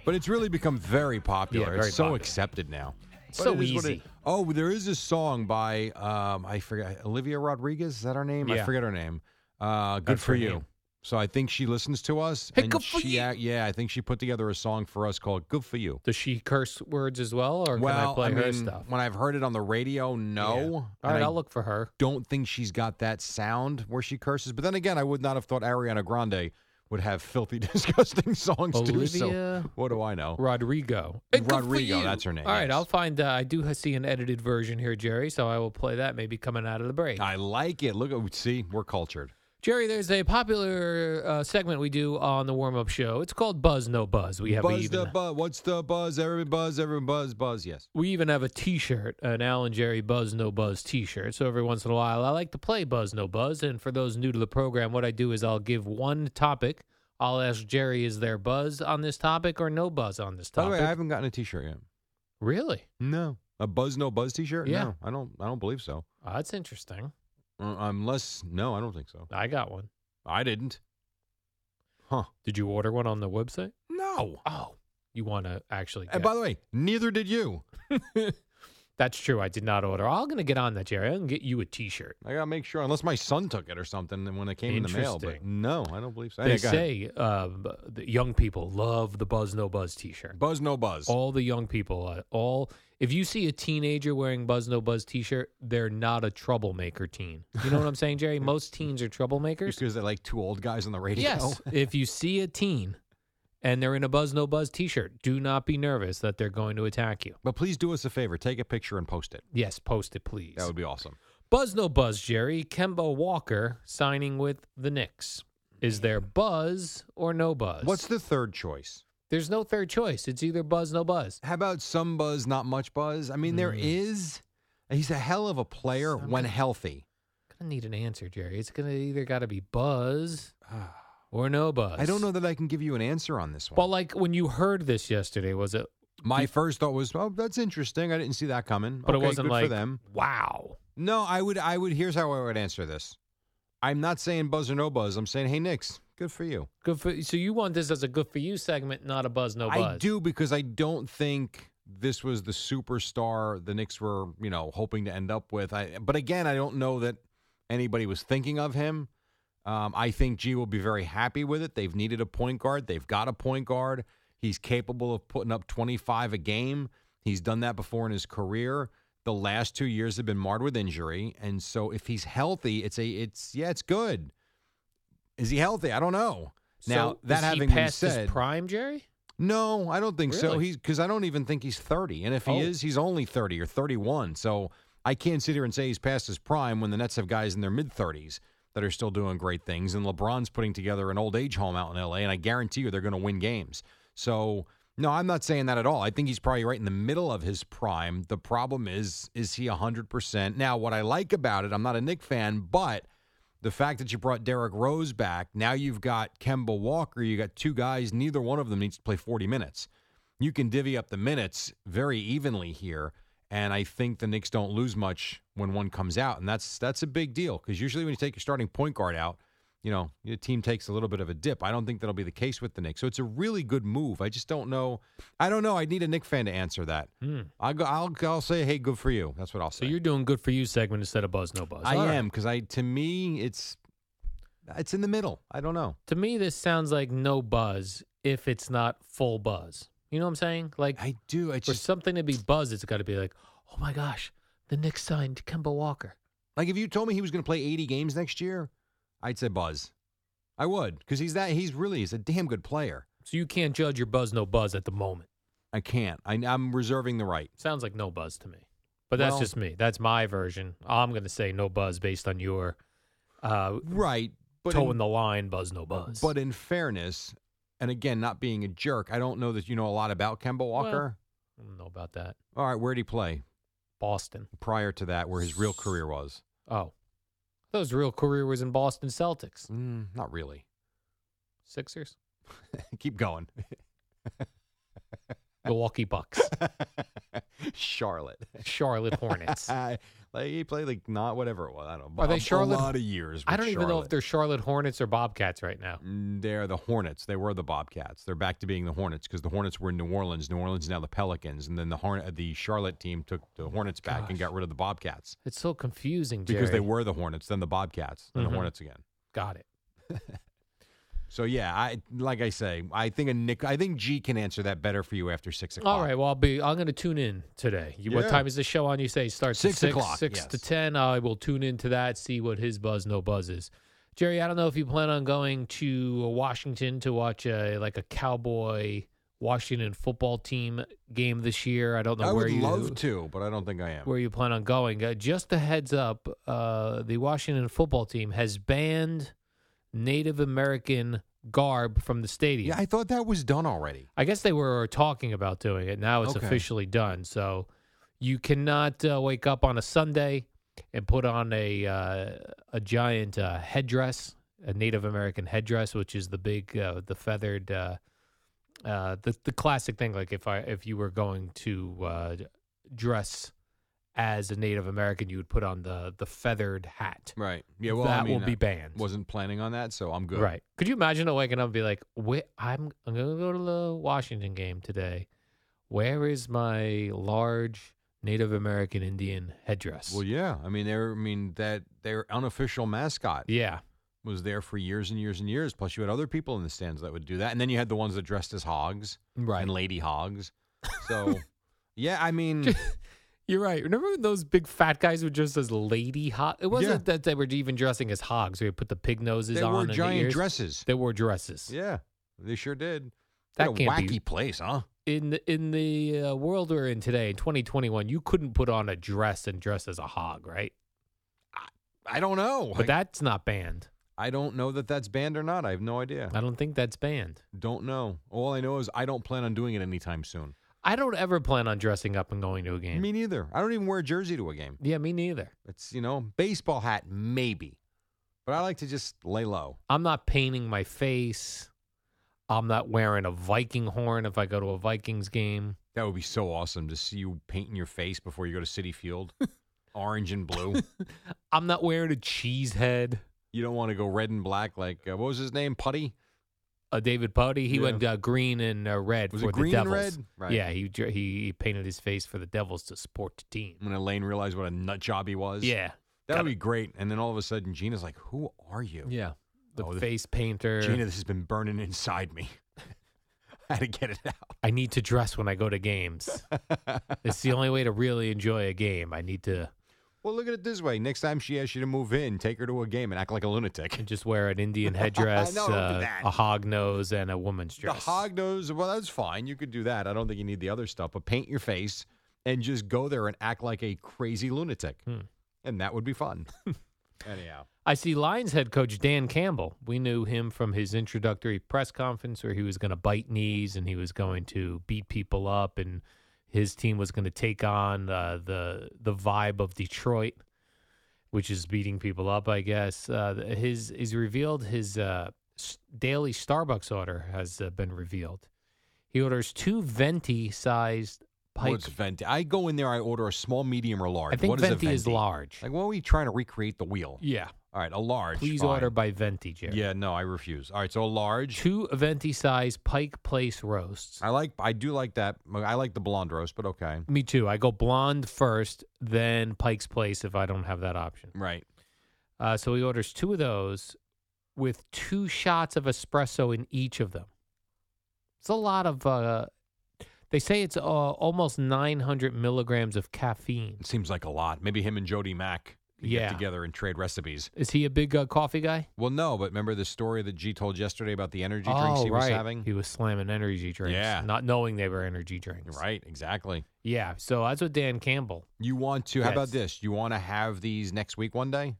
But it's really become very popular.
Yeah, very
it's so
popular.
accepted now. But
So
it is what it-
easy.
oh, there is a song by um, I forget Olivia Rodriguez. Is that her name?
Yeah.
I forget her name. Uh, good
That's
for
her
you.
name.
So I think she listens to us.
Hey,
and
good for
she,
you.
ac- Yeah, I think she put together a song for us called "Good for You."
Does she curse words as well, or
well,
can I play
mean,
her stuff?
when I've heard it on the radio, no.
Yeah. All
And
right,
I
I'll look for her.
don't think she's got that sound where she curses. But then again, I would not have thought Ariana Grande would have filthy, disgusting songs too. So
Olivia
what do I know?
Rodrigo.
Hey, good for Rodrigo, you. that's her name,
All right,
yes.
I'll find. Uh, I do ha- see an edited version here, Jerry, so I will play that maybe coming out of the break.
I like it. Look, at see, we're cultured.
Jerry, there's a popular uh, segment we do on the warm up show. It's called Buzz No Buzz. We have a
buzz
even,
the buzz. What's the buzz? Every buzz, every buzz, buzz. Yes.
we even have a T-shirt, an Alan Jerry Buzz No Buzz T-shirt. So every once in a while, I like to play Buzz No Buzz. And for those new to the program, what I do is I'll give one topic. I'll ask Jerry, is there buzz on this topic or no buzz on this
By the
topic?
way, I haven't gotten a T-shirt yet.
really?
No, a buzz no buzz T-shirt.
Yeah.
No, I don't. I don't believe so.
Oh, that's interesting.
Uh, unless no, I don't think so.
I got one.
I didn't. Huh?
Did you order one on the website?
No.
Oh, you want to actually? get-
And by the way, neither did you.
that's true. I did not order. I'm going to get on that, Jerry. I'm going to get you a T-shirt.
I gotta make sure, unless my son took it or something, and when it came in the mail. But
Interesting.
no, I don't believe so.
They
Anyway, go ahead.
say uh, b- the young people love the Buzz No Buzz T-shirt.
buzz no buzz.
all the young people uh, all if you see a teenager wearing buzz no buzz t-shirt they're not a troublemaker teen you know what i'm saying jerry most teens are
Just
troublemakers
because they're like two old guys on the radio.
yes if you see a teen and they're in a buzz no buzz t-shirt do not be nervous that they're going to attack you
But please do us a favor: take a picture and post it.
yes post it please
That would be awesome.
buzz no buzz jerry kemba walker signing with the knicks is there buzz or no buzz
What's the third choice?
there's no third choice it's either buzz no buzz
How about some buzz, not much buzz? I mean, there
Mm.
is. He's a hell of a player when healthy.
gonna need an answer, Jerry. It's gonna either gotta be buzz or no buzz.
I don't know that I can give you an answer on this one.
Well, like when you heard this yesterday, was it?
My first thought was, "Oh, that's interesting. I didn't see that coming."
But
Okay,
it wasn't
good
like
for them.
wow.
No, I would. I would. Here's how I would answer this. I'm not saying buzz or no buzz. I'm saying, hey, Knicks, good for you.
Good for so you want this as a good for you segment, not a buzz, no buzz.
I do because I don't think this was the superstar the Knicks were, you know, hoping to end up with. I, but again, I don't know that anybody was thinking of him. Um, I think G will be very happy with it. They've needed a point guard. They've got a point guard. He's capable of putting up 25 a game. He's done that before in his career. The last two years have been marred with injury, and so if he's healthy, it's a it's yeah, it's good. Is he healthy? I don't know.
So
Now that
is he
having
past
been
his
said,
prime, Jerry.
no, I don't think so.
Really?
He's because I don't even think he's thirty, and if he
Oh.
is, he's only thirty or thirty-one. So I can't sit here and say he's past his prime when the Nets have guys in their mid-thirties that are still doing great things, and LeBron's putting together an old age home out in L.A., and I guarantee you they're going to win games. So no, I'm not saying that at all. I think he's probably right in the middle of his prime. The problem is, is he hundred percent? Now, what I like about it, I'm not a Nick fan, but the fact that you brought Derrick Rose back, now you've got Kemba Walker, you got two guys, neither one of them needs to play 40 minutes. You can divvy up the minutes very evenly here, and I think the Knicks don't lose much when one comes out, and that's that's a big deal because usually when you take your starting point guard out, you know, your team takes a little bit of a dip. I don't think that'll be the case with the Knicks. So it's a really good move. I just don't know. I don't know. I need a Knicks fan to answer that. I'll, go, I'll I'll say, hey, good for you. That's what I'll
Hmm. So
say.
you're doing good for you segment instead of buzz, no buzz.
I
All right.
am because I to me it's it's in the middle. I don't know.
To me, this sounds like no buzz if it's not full buzz. You know what I'm saying? Like
I do. It's
for
just
something to be buzz, it's got to be like, oh my gosh, the Knicks signed Kemba Walker.
like if you told me he was going to play 80 games next year, I'd say buzz. I would because he's that he's really he's a damn good player.
So you can't judge your buzz, no buzz at the moment.
I can't. I, I'm reserving the right.
Sounds like no buzz to me. But that's
Well-
just me. That's my version. I'm going to say no buzz based on your uh,
Right, but
toe
in- Uh,
in the line, buzz, no buzz.
But in fairness, and again, not being a jerk, I don't know that you know a lot about Kemba Walker.
I don't know about that.
All right, where did he play
Boston.
prior to that? Where his real career was?
Oh. Those real career was in Boston Celtics.
Mm, not really.
Sixers.
Keep going.
Milwaukee Bucks.
Charlotte.
Charlotte Hornets.
I- like he played like not whatever it was. I don't know.
Are they
a-
Charlotte-
A lot of years.
I
with
don't even know if
Charlotte.
they're Charlotte Hornets or Bobcats right now.
Mm, They're the Hornets. They were the Bobcats. They're back to being the Hornets because the Hornets were in New Orleans. New Orleans is now the Pelicans, and then the Horn- the Charlotte team took the Hornets back and got rid of the Bobcats
It's so confusing, Jerry.
because they were the Hornets, then the Bobcats, then
Mhm.
the Hornets again.
Got it.
So yeah, I like I say, I think a Nick, I think G can answer that better for you after six o'clock.
All right. Well, I'll be. I'm going to tune in today. You, What
Yeah.
time is the show on? You say it starts
Six
at six
o'clock,
six to
yes.
ten. I will tune into that. See what his buzz, no buzz is. Jerry, I don't know if you plan on going to Washington to watch a like a Cowboy Washington football team game this year. I don't know
I
where
would
you
love to, but I don't think I am.
where you plan on going. Uh, just a heads up, uh, the Washington football team has banned Native American garb from the stadium.
Yeah, I thought that was done already.
I guess they were talking about doing it. Now it's
Okay.
officially done. So you cannot uh, wake up on a Sunday and put on a uh, a giant uh, headdress, a Native American headdress, which is the big, uh, the feathered, uh, uh, the the classic thing. Like if I if you were going to uh, dress as a Native American, you would put on the the feathered hat.
Right. Yeah. Well,
that
I mean,
will be
I
banned.
Wasn't planning on that, so I'm good.
Right. Could you imagine it waking up and be like, Wait, I'm, I'm going to go to the Washington game today. Where is my large Native American Indian headdress?
Well, yeah. I mean, they're. I mean, that their unofficial mascot
yeah.
was there for years and years and years. Plus, you had other people in the stands that would do that, and then you had the ones that dressed as hogs
Right.
and lady hogs. So, yeah. I mean,
You're right. Remember when those big fat guys were dressed as lady hog? It wasn't
Yeah.
that they were even dressing as hogs. We put the pig noses
they
on.
wore
and the
giant
ears.
dresses.
They wore dresses.
Yeah, they sure did.
That
What a
can't
wacky
be-
place, huh?
In the, in the uh, world we're in today, in 2021, you couldn't put on a dress and dress as a hog, right?
I don't know.
But
I,
that's not banned.
I don't know that that's banned or not. I have no idea.
I don't think that's banned.
Don't know. All I know is I don't plan on doing it anytime soon.
I don't ever plan on dressing up and going to a game.
Me neither. I don't even wear a jersey to a game.
yeah, me neither.
It's you know baseball hat maybe, but I like to just lay low.
I'm not painting my face. I'm not wearing a Viking horn if I go to a Vikings game.
That would be so awesome to see you painting your face before you go to City Field, orange and blue.
I'm not wearing a cheese head.
You don't want to go red and black like uh, what was his name, Putty?
Uh, David Putty, he
Yeah.
went uh, green and uh, red
Was
for
it green
the
and
Devils.
red? Right.
Yeah, he dr- he painted his face for the Devils to support the team.
When Elaine realized what a nut job he Mm, was.
Yeah,
that
got
would
it.
be great. And then all of a sudden, Gina's like, "Who are you?"
yeah. The
Oh, the-
face painter.
Gina, this has been burning inside me. I had to get it out.
I need to dress when I go to games. it's the only way to really enjoy a game. I need to
Well, look at it this way. Next time she asks you to move in, take her to a game and act like a lunatic.
and just wear an Indian headdress,
know, don't do
uh,
that.
a hog nose, and a woman's
The
dress.
hog nose, well, that's fine. You could do that. I don't think you need the other stuff, but paint your face and just go there and act like a crazy lunatic.
Hmm.
And that would be fun. Anyhow.
I see Lions head coach Dan Campbell. We knew him from his introductory press conference where he was going to bite knees and he was going to beat people up, and his team was going to take on uh, the the vibe of Detroit, which is beating people up, I guess. Uh, his he's revealed his uh, s- daily Starbucks order has uh, been revealed. He orders two venti sized
What's
pipes.
venti? I go in there, I order a small, medium, or large.
I think
what is a
venti is large.
Like, what are we trying to recreate the wheel?
yeah.
All right, a large.
Please
fine.
order by venti, Jerry.
Yeah, no, I refuse. All right, so a large.
two venti size Pike Place roasts.
I like, I do like that. I like the blonde roast, but okay.
Me too. I go blonde first, then Pike's Place if I don't have that option.
Right.
Uh, so he orders two of those with two shots of espresso in each of them. It's a lot of. Uh, they say it's uh, almost 900 milligrams of caffeine.
It seems like a lot. Maybe him and Jody Mack can
Yeah.
get together and trade recipes.
Is he a big uh, coffee guy?
Well, no, but remember the story that G told yesterday about the energy drinks
oh,
he
right.
was having?
He was slamming energy drinks.
Yeah.
Not knowing they were energy drinks.
right, exactly.
Yeah. So that's what Dan Campbell.
You want to, how about
Yes.
this? You want to have these next week one day?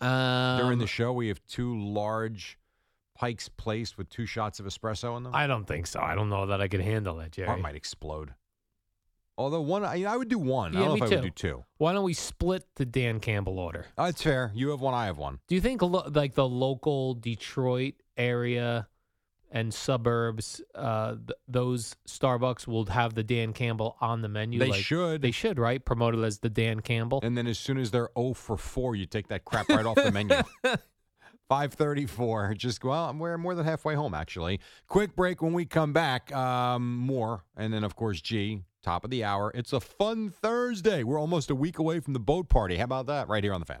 Um,
During the show, we have two large Pike's Place with two shots of espresso in them.
I don't think so. I don't know that I could handle that, Jerry.
Heart might explode. Although one, I, I would do one. I
Yeah,
don't know
me
if I would do
too.
two.
Why don't we split the Dan Campbell order?
Oh, it's fair. You have one, I have one.
Do you think lo- like the local Detroit area and suburbs, uh, th- those Starbucks will have the Dan Campbell on the menu?
They
like-
should.
They should, right? Promoted as the Dan Campbell.
And then as soon as they're 0 for 4, you take that crap right off the menu. 534. Just go, well, I'm, we're more than halfway home, actually. Quick break when we come back. Um, more. And then, of course, G, top of the hour. It's a fun Thursday. We're almost a week away from the boat party. How about that? Right here on the fan.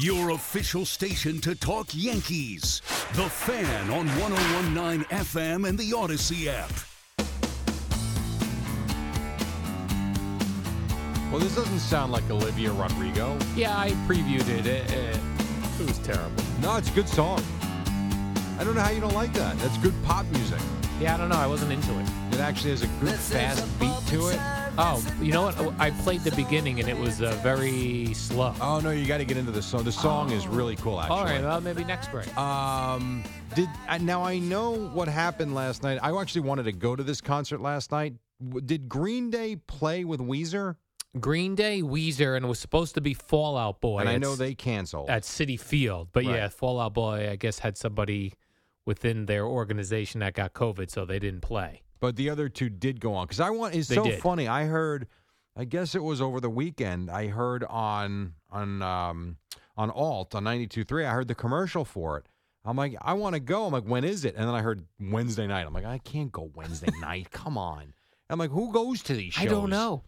Your official station to talk Yankees. The Fan on 1019 FM and the Odyssey app.
Well, this doesn't sound like Olivia Rodrigo.
Yeah, I previewed it. It, it, it was terrible.
No, it's a good song. I don't know how you don't like that. That's good pop music.
Yeah, I don't know. I wasn't into it.
It actually has a good fast beat to it.
Oh, you know what? I played the beginning and it was uh, very slow.
Oh no, you got to get into the song. The song is really cool, actually.
All right, well maybe next break.
Um, did I- now I know what happened last night. I actually wanted to go to this concert last night. W- Did Green Day play with Weezer?
Green Day, Weezer, and it was supposed to be Fallout Boy.
and I
at
know
s-
they canceled.
at City Field, but
Right.
yeah, Fallout Boy, I guess had somebody within their organization that got COVID, so they didn't play.
But the other two did go on because I want. It's
They
so
did.
funny. I heard. I guess it was over the weekend. I heard on on um, on Alt on 92.3, I heard the commercial for it. I'm like, I want to go. I'm like, when is it? And then I heard Wednesday night. I'm like, I can't go Wednesday night. Come on. I'm like, who goes to these shows?
I don't know.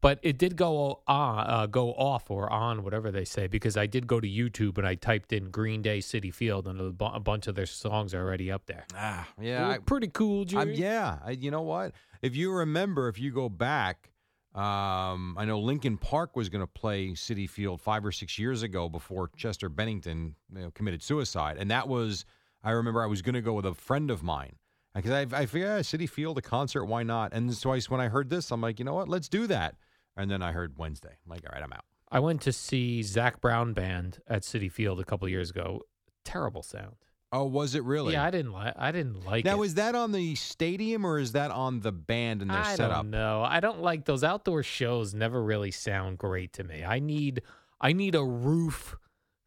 But it did go on, uh, go off or on, whatever they say, because I did go to YouTube and I typed in Green Day City Field, and a, bu- a bunch of their songs are already up there.
Ah,
They
yeah.
were
I-
pretty cool,
I'm-
Jerry.
yeah, I, you know what? If you remember, if you go back, um, I know Lincoln Park was going to play City Field five or six years ago before Chester Bennington you know, committed suicide, and that was I remember I was going to go with a friend of mine because I, I figured yeah, City Field a concert, why not? And so I, when I heard this, I'm like, you know what? Let's do that. And then I heard Wednesday. I'm like, all right, I'm out.
I went to see Zach Brown Band at City Field a couple years ago. Terrible sound.
Oh, was it really?
Yeah, I didn't like. I didn't like
now
it.
is that on the stadium or is that on the band and their
I
setup?
don't know. I don't like those outdoor shows. Never really sound great to me. I need I need a roof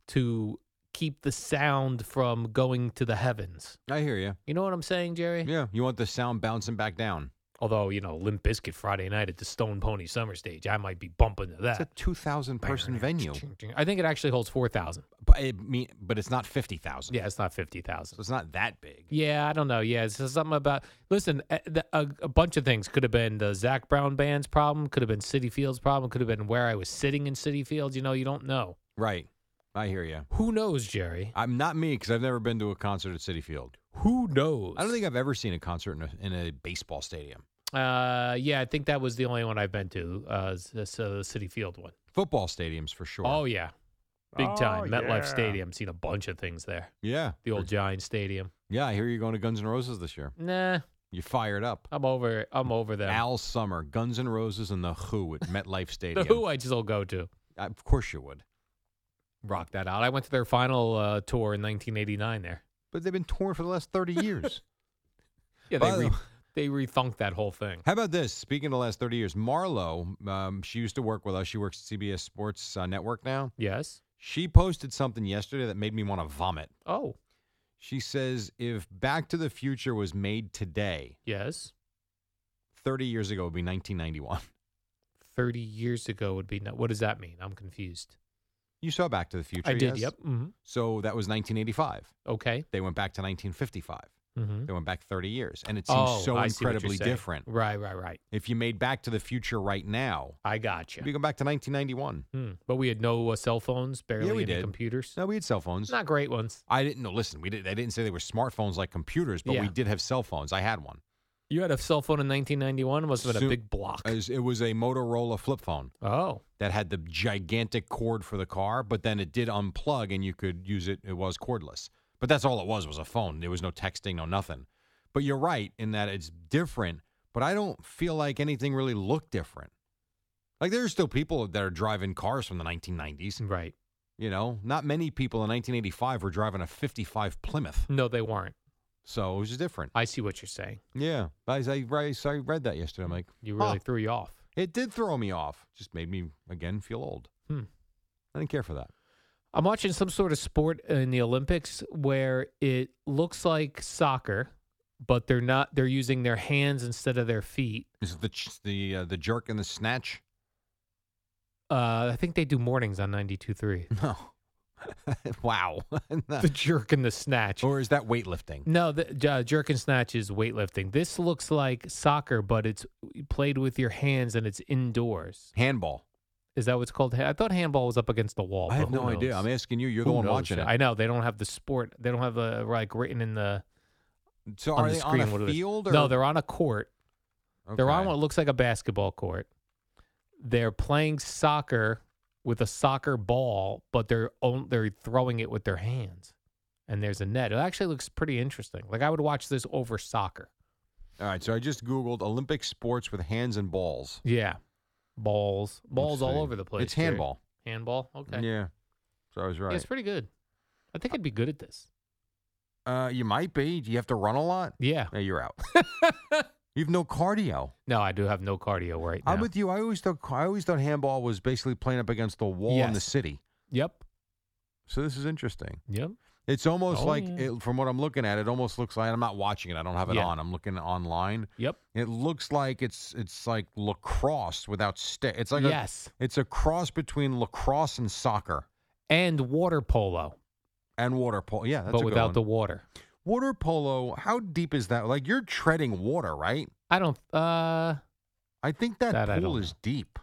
to keep the sound from going to the heavens.
I hear you.
You know what I'm saying, Jerry?
Yeah, you want the sound bouncing back down.
Although you know, Limp Bizkit Friday night at the Stone Pony Summer Stage, I might be bumping to
It's a
that.
two thousand person venue.
I think it actually holds four thousand.
But it mean, but it's not fifty thousand.
Yeah, it's not fifty
so
thousand.
it's not that big.
Yeah, I don't know. Yeah, it's something about. Listen, a, the- a, a bunch of things could have been the Zach Brown band's problem, could have been City Fields' problem, could have been where I was sitting in City Fields. You know, you don't know.
Right. I hear you.
Who knows, Jerry?
I'm not me because I've never been to a concert at City Field.
Who knows?
I don't think I've ever seen a concert in a, in a baseball stadium.
Uh, yeah, I think that was the only one I've been to. Uh, s- s- uh, the City Field one.
Football stadiums for sure.
Oh yeah, big time. MetLife Stadium. Seen a bunch of things there.
yeah,
The old Giant Stadium.
yeah. I hear you're going to Guns N' Roses this year.
Nah,
You fired up.
I'm over. I'm over them.
Al Summer, Guns N' Roses, and the Who at MetLife
the
Stadium.
Who I still go to.
I, of course you would.
Rock that out. I went to their final uh, tour in 1989. There.
But they've been touring for the last thirty years.
Yeah, they
By the
re-
way-
they rethunked that whole thing.
How about this? Speaking of the last 30 years, Marlo, um, she used to work with us. She works at CBS Sports uh, Network now.
Yes.
She posted something yesterday that made me want to vomit.
Oh,
She says if Back to the Future was made today,
yes.
30 years ago would be 1991.
30 years ago would be. No- what does that mean? I'm confused.
You saw Back to the Future.
I did.
yes?
Yep. hmm
So that was 1985.
Okay.
They went back to 1955.
Mm-hmm. Oh,
They went back 30 years, and it seems so
I see what you're
incredibly
saying.
different.
Right, right, right.
If you made Back to the Future right now,
I got you.
we go back to 1991.
Hmm. But we had no uh, cell phones, barely
yeah, we
any
did.
computers.
No, we had cell phones.
Not great ones.
I didn't know. Listen, we did. I didn't say they were smartphones like computers, but we
Yeah.
did have cell phones. I had one.
You had a cell phone in 1991. Must have been
Zoom-
a big block.
It was- It was a Motorola flip phone
oh,
that had the gigantic cord for the car, but then it did unplug and you could use it. It was cordless, but that's all it was was a phone. There was no texting, no nothing. But you're right in that it's different. But I don't feel like anything really looked different. Like there's still people that are driving cars from the 1990s.
right.
You know, not many people in 1985 were driving a 55 Plymouth,
No, they weren't.
so it was just different.
I see what you're saying.
Yeah, I, I, I, so I read that yesterday. I'm like,
Hmm. You really
huh.
threw you off.
it did throw me off. Just made me again feel old.
Hmm.
I didn't care for that.
I'm watching some sort of sport in the Olympics where it looks like soccer, but they're not. They're using their hands instead of their feet.
Is it the ch- the uh, the jerk and the snatch?
Uh, I think they do mornings on 92.3.
No. wow. No.
the jerk and the snatch.
or is that weightlifting?
No, the j- uh, jerk and snatch is weightlifting. This looks like soccer, but it's played with your hands and it's indoors.
Handball.
Is that what's called? I thought handball was up against the wall.
I
but
have
who
no idea.
knows?
I'm asking you. You're the
Who
one
knows?
watching it.
I know they don't have the sport. They don't have the like written in the
so
on
are
the
they
screen.
on
what
a
it is.
field? Or?
No, they're on a court. They're on
Okay.
what looks like a basketball court. They're playing soccer with a soccer ball, but they're on, they're throwing it with their hands, and there's a net. It actually looks pretty interesting. Like I would watch this over soccer.
All right. So I just googled Olympic sports with hands and balls.
Yeah, balls, balls all
see.
over the place.
It's
Jerry.
handball.
Handball. Okay.
Yeah. So I was
Yeah,
right.
it's pretty good. I think I'd be good at this.
uh, you might be. Do you have to run a lot?
Yeah.
Yeah, you're out. you have no cardio.
No, I do have no cardio right now.
I'm with you. I always thought I always thought handball was basically playing up against the wall in the
Yes.
city.
Yep.
So this is interesting.
Yep.
It's almost
Oh,
like
yeah.
it, from what I'm looking at, it almost looks like I'm not watching it. I don't have it
Yeah.
on. I'm looking online.
Yep.
It looks like it's it's like lacrosse without stick. It's like
yes.
a, it's a cross between lacrosse and soccer
and water polo,
and water polo. Yeah, that's a
but
good
without
one.
the water.
water polo. How deep is that? Like you're treading water, right?
I don't. Uh,
I think that,
That I
pool
don't
is
know.
deep.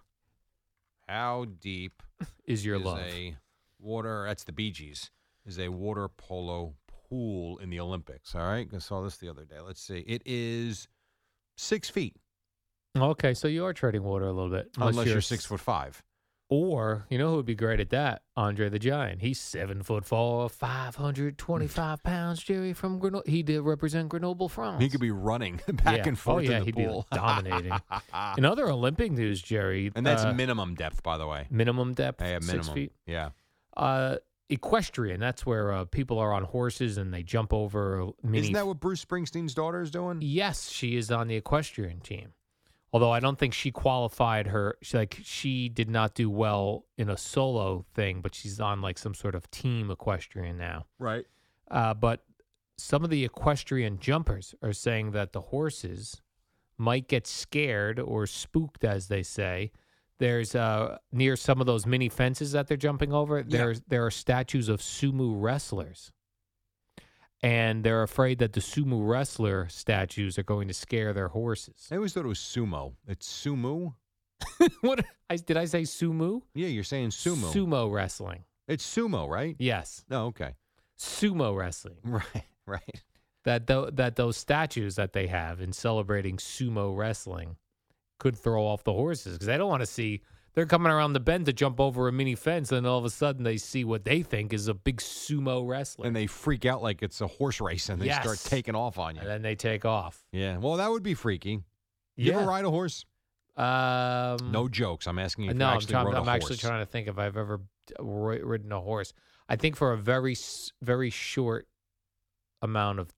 How deep
is your
is
love?
a water? That's the Bee Gees. Is a water polo pool in the Olympics? All right, I saw this the other day. Let's see. It is six feet,
Okay, so you are treading water a little bit,
unless, you're, six foot five.
Or you know who would be great at that? Andre the Giant. He's seven foot four, five hundred twenty-five pounds. Jerry from Grenoble. He did represent Grenoble, France.
He could be running back
Oh, Yeah.
and forth
Oh yeah,
in the
he'd
pool.
be dominating. In other Olympic news, Jerry,
and that's
uh,
minimum depth, by the way.
minimum depth,
Yeah,
six
minimum.
feet.
Yeah.
Uh, equestrian. That's where uh, people are on horses and they jump over mini
Isn't that what Bruce Springsteen's daughter is doing?
Yes, she is on the equestrian team. Although I don't think she qualified her, she, like she did not do well in a solo thing, but she's on like some sort of team equestrian now.
Right.
Uh, but some of the equestrian jumpers are saying that the horses might get scared or spooked, as they say. There's uh, near some of those mini fences that they're jumping over. There's there are statues of sumo wrestlers, and they're afraid that the sumo wrestler statues are going to scare their horses.
I always thought it was sumo. It's sumo.
what I, did I say? Sumo?
Yeah, you're saying sumo.
Sumo wrestling.
It's sumo, right?
Yes,
No, okay.
sumo wrestling.
Right, right.
that tho- that those statues that they have in celebrating sumo wrestling could throw off the horses because they don't want to see they're coming around the bend to jump over a mini fence and all of a sudden they see what they think is a big sumo wrestler
And they freak out like it's a horse race and they start
Yes.
taking off on you.
and then they take off.
Yeah. Well, that would be freaky. You ever ride a horse?
Um,
No jokes. I'm asking you if
no,
you
I'm,
actually
trying,
rode a
I'm
horse.
actually trying to think if I've ever ri- ridden a horse. I think for a very s- very short amount of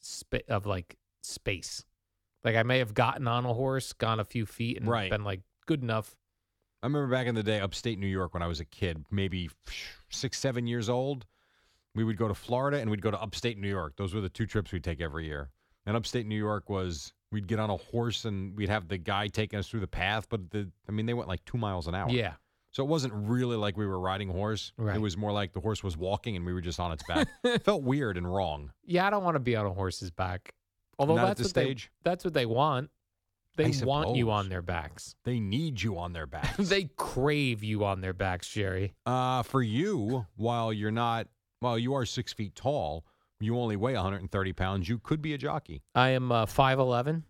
spa- of like space, like I may have gotten on a horse, gone a few feet, and
Right.
been like good enough.
I remember back in the day, upstate New York, when I was a kid, maybe six, seven years old, we would go to Florida and we'd go to upstate New York. Those were the two trips we'd take every year. And upstate New York was we'd get on a horse and we'd have the guy taking us through the path, but the I mean they went like two miles an hour.
Yeah,
So it wasn't really like we were riding a horse.
Right.
It was more like the horse was walking and we were just on its back. It felt weird and wrong.
yeah. I don't want to be on a horse's back. Although
Not at
that's
this
what they-
stage?
that's what they want. They
I
want you
suppose.
on their backs.
They need you on their back.
they crave you on their backs, Jerry.
Uh, for you, while you're not, while you are six feet tall, you only weigh 130 pounds. You could be a jockey.
I am uh, 5'11",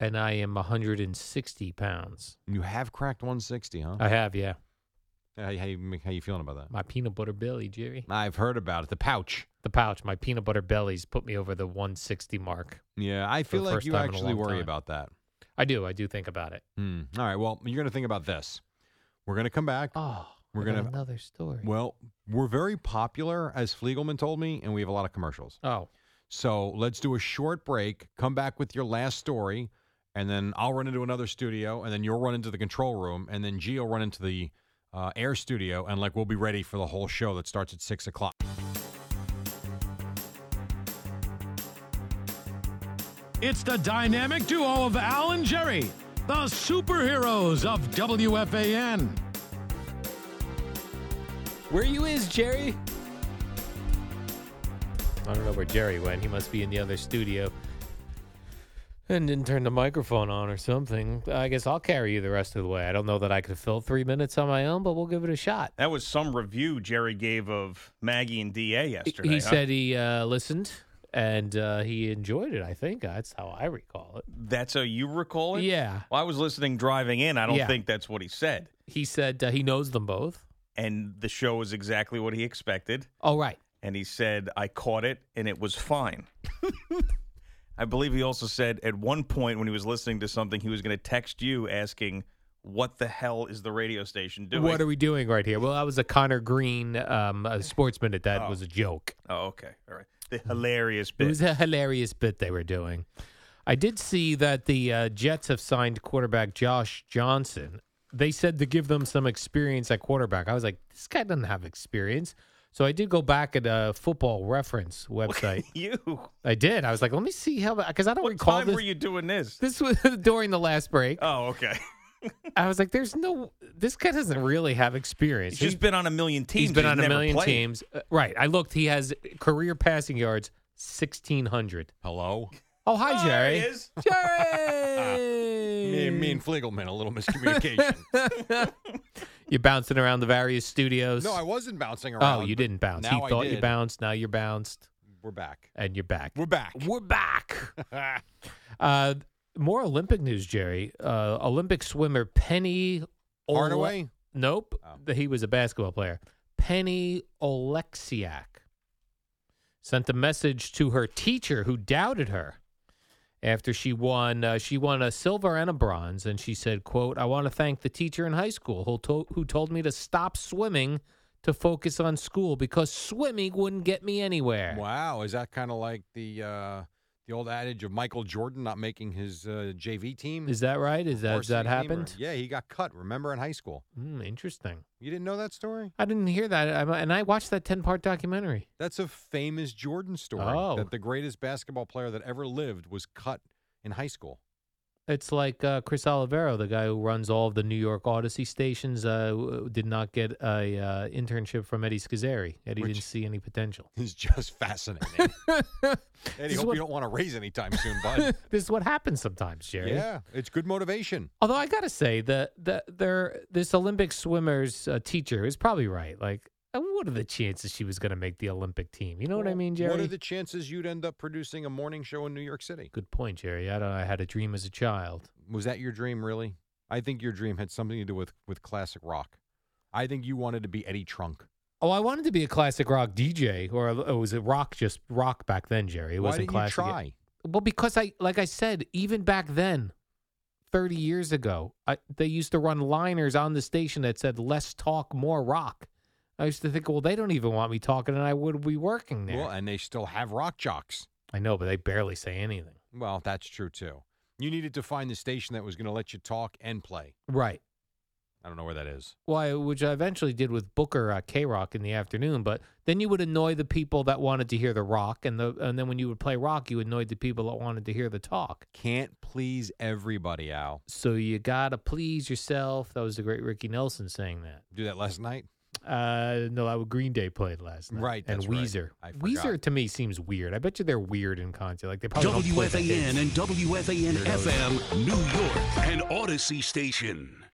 and I am 160 pounds.
You have cracked 160, huh?
I have, yeah.
how, how you, how you feeling about that?
My peanut butter belly, Jerry.
I've heard about it. The pouch.
The pouch, my peanut butter bellies put me over the 160 mark.
Yeah, I feel
the
like
first
you
time in a
actually
long
worry
time.
about that.
I do, I do think about it.
Hmm. All right. Well, you're going to think about this. We're going to come back.
Oh,
We're
I got
gonna-
another story.
Well, we're very popular, as Fliegelman told me, and we have a lot of commercials.
oh,
So let's do a short break. Come back with your last story, and then I'll run into another studio, and then you'll run into the control room, and then Gio run into the uh, air studio, and like we'll be ready for the whole show that starts at six o'clock.
It's the dynamic duo of Al and Jerry, the superheroes of WFAN.
where you is, Jerry? I don't know where Jerry went. He must be in the other studio. And didn't turn the microphone on or something. I guess I'll carry you the rest of the way. I don't know that I could fill three minutes on my own, but we'll give it a shot.
That was some review Jerry gave of Maggie and DA yesterday.
He
huh?
said he uh, listened and uh, he enjoyed it. I think that's how I recall it.
That's how you recall it?
Yeah,
Well, I was listening driving in. I don't
Yeah.
think that's what he said.
he said uh, he knows them both.
And the show was exactly what he expected.
Oh, right.
And he said, I caught it and it was fine. I believe he also said at one point when he was listening to something, he was going to text you asking, What the hell is the radio station doing?
What are we doing right here? Well, that was a Connor Green um, a sports minute. That was a joke.
Oh, okay. All right. The hilarious
It
bit.
was a hilarious bit they were doing. I did see that the uh, Jets have signed quarterback Josh Johnson. They said to give them some experience at quarterback. I was like, this guy doesn't have experience. So I did go back at a football reference website.
you.
I did. I was like, let me see how, because I don't
What
recall
time
this.
were you doing this?
this was during the last break.
Oh, okay.
I was like, there's no, this guy doesn't really have experience.
He's just been on a million teams.
He's been on a
never
million
played.
teams. Uh, right. I looked. He has career passing yards 1,600.
Hello?
Oh, hi,
Oh, there
Jerry.
he is.
Jerry!
Me, me and Fliegelman, a little miscommunication.
You're bouncing around the various studios.
no, I wasn't bouncing around.
Oh, you
but
didn't bounce.
Now
he
I
thought you
did.
bounced. Now you're bounced,
We're back.
and you're back.
We're back.
We're back. uh, more Olympic news, Jerry. Uh, Olympic swimmer Penny Ole-
Hardaway?
Nope.
Oh.
He was a basketball player. Penny Oleksiak sent a message to her teacher who doubted her after she won uh, she won a silver and a bronze and she said quote i want to thank the teacher in high school who, to- who told me to stop swimming to focus on school because swimming wouldn't get me anywhere
Wow, is that kind of like the uh, the old adage of Michael Jordan not making his uh, JV team?
is that right is that
Or
has that
C team or-
happened
yeah, he got cut. Remember in high school,
Hmm, interesting
you didn't know that story.
i didn't hear that I, and i watched that 10 part documentary
That's a famous Jordan story
Oh.
that the greatest basketball player that ever lived was cut in high school.
It's like uh, Chris Olivero, the guy who runs all of the New York Odyssey stations, uh, w- did not get a uh, internship from Eddie Scazzeri. Eddie
Which-
didn't see any potential.
It's just fascinating. Eddie,
is
hope
what-
you don't want to raise anytime soon, bud.
This is what happens sometimes, Jerry.
yeah, it's good motivation.
Although I gotta say, the the their this Olympic swimmer's uh, teacher is probably right. Like, uh, what are the chances she was gonna make the Olympic team? You know what I
Well,
mean, Jerry?
What are the chances you'd end up producing a morning show in New York City?
Good point, Jerry. I don't. I had a dream as a child.
Was that your dream, really? I think your dream had something to do with with classic rock. I think you wanted to be Eddie Trunk.
Oh, I wanted to be a classic rock DJ, or oh, was it rock? Just rock back then, Jerry. It
Why
wasn't
didn't
classic.
you try?
Well, because I, like I said, even back then, 30 years ago, I, they used to run liners on the station that said "less talk, more rock." I used to think, well, they don't even want me talking, and I would be working there.
Well, and they still have rock jocks.
I know, but they barely say anything.
Well, that's true too. You needed to find the station that was going to let you talk and play.
Right.
I don't know where that is.
Why? Which I eventually did with Booker uh, K Rock in the afternoon. But then you would annoy the people that wanted to hear the rock, and the and then when you would play rock, you annoyed the people that wanted to hear the talk.
Can't please everybody, Al.
So you gotta please yourself. That was the great Ricky Nelson saying that.
Do that last night.
Uh, no, that was Green Day played last night.
Right,
and
that's right.
Weezer.
I
Weezer
forgot.
to me seems weird. I bet you they're weird in concert. Like they probably don't play the hits.
WFAN and WFAN FM, New York, an Odyssey station.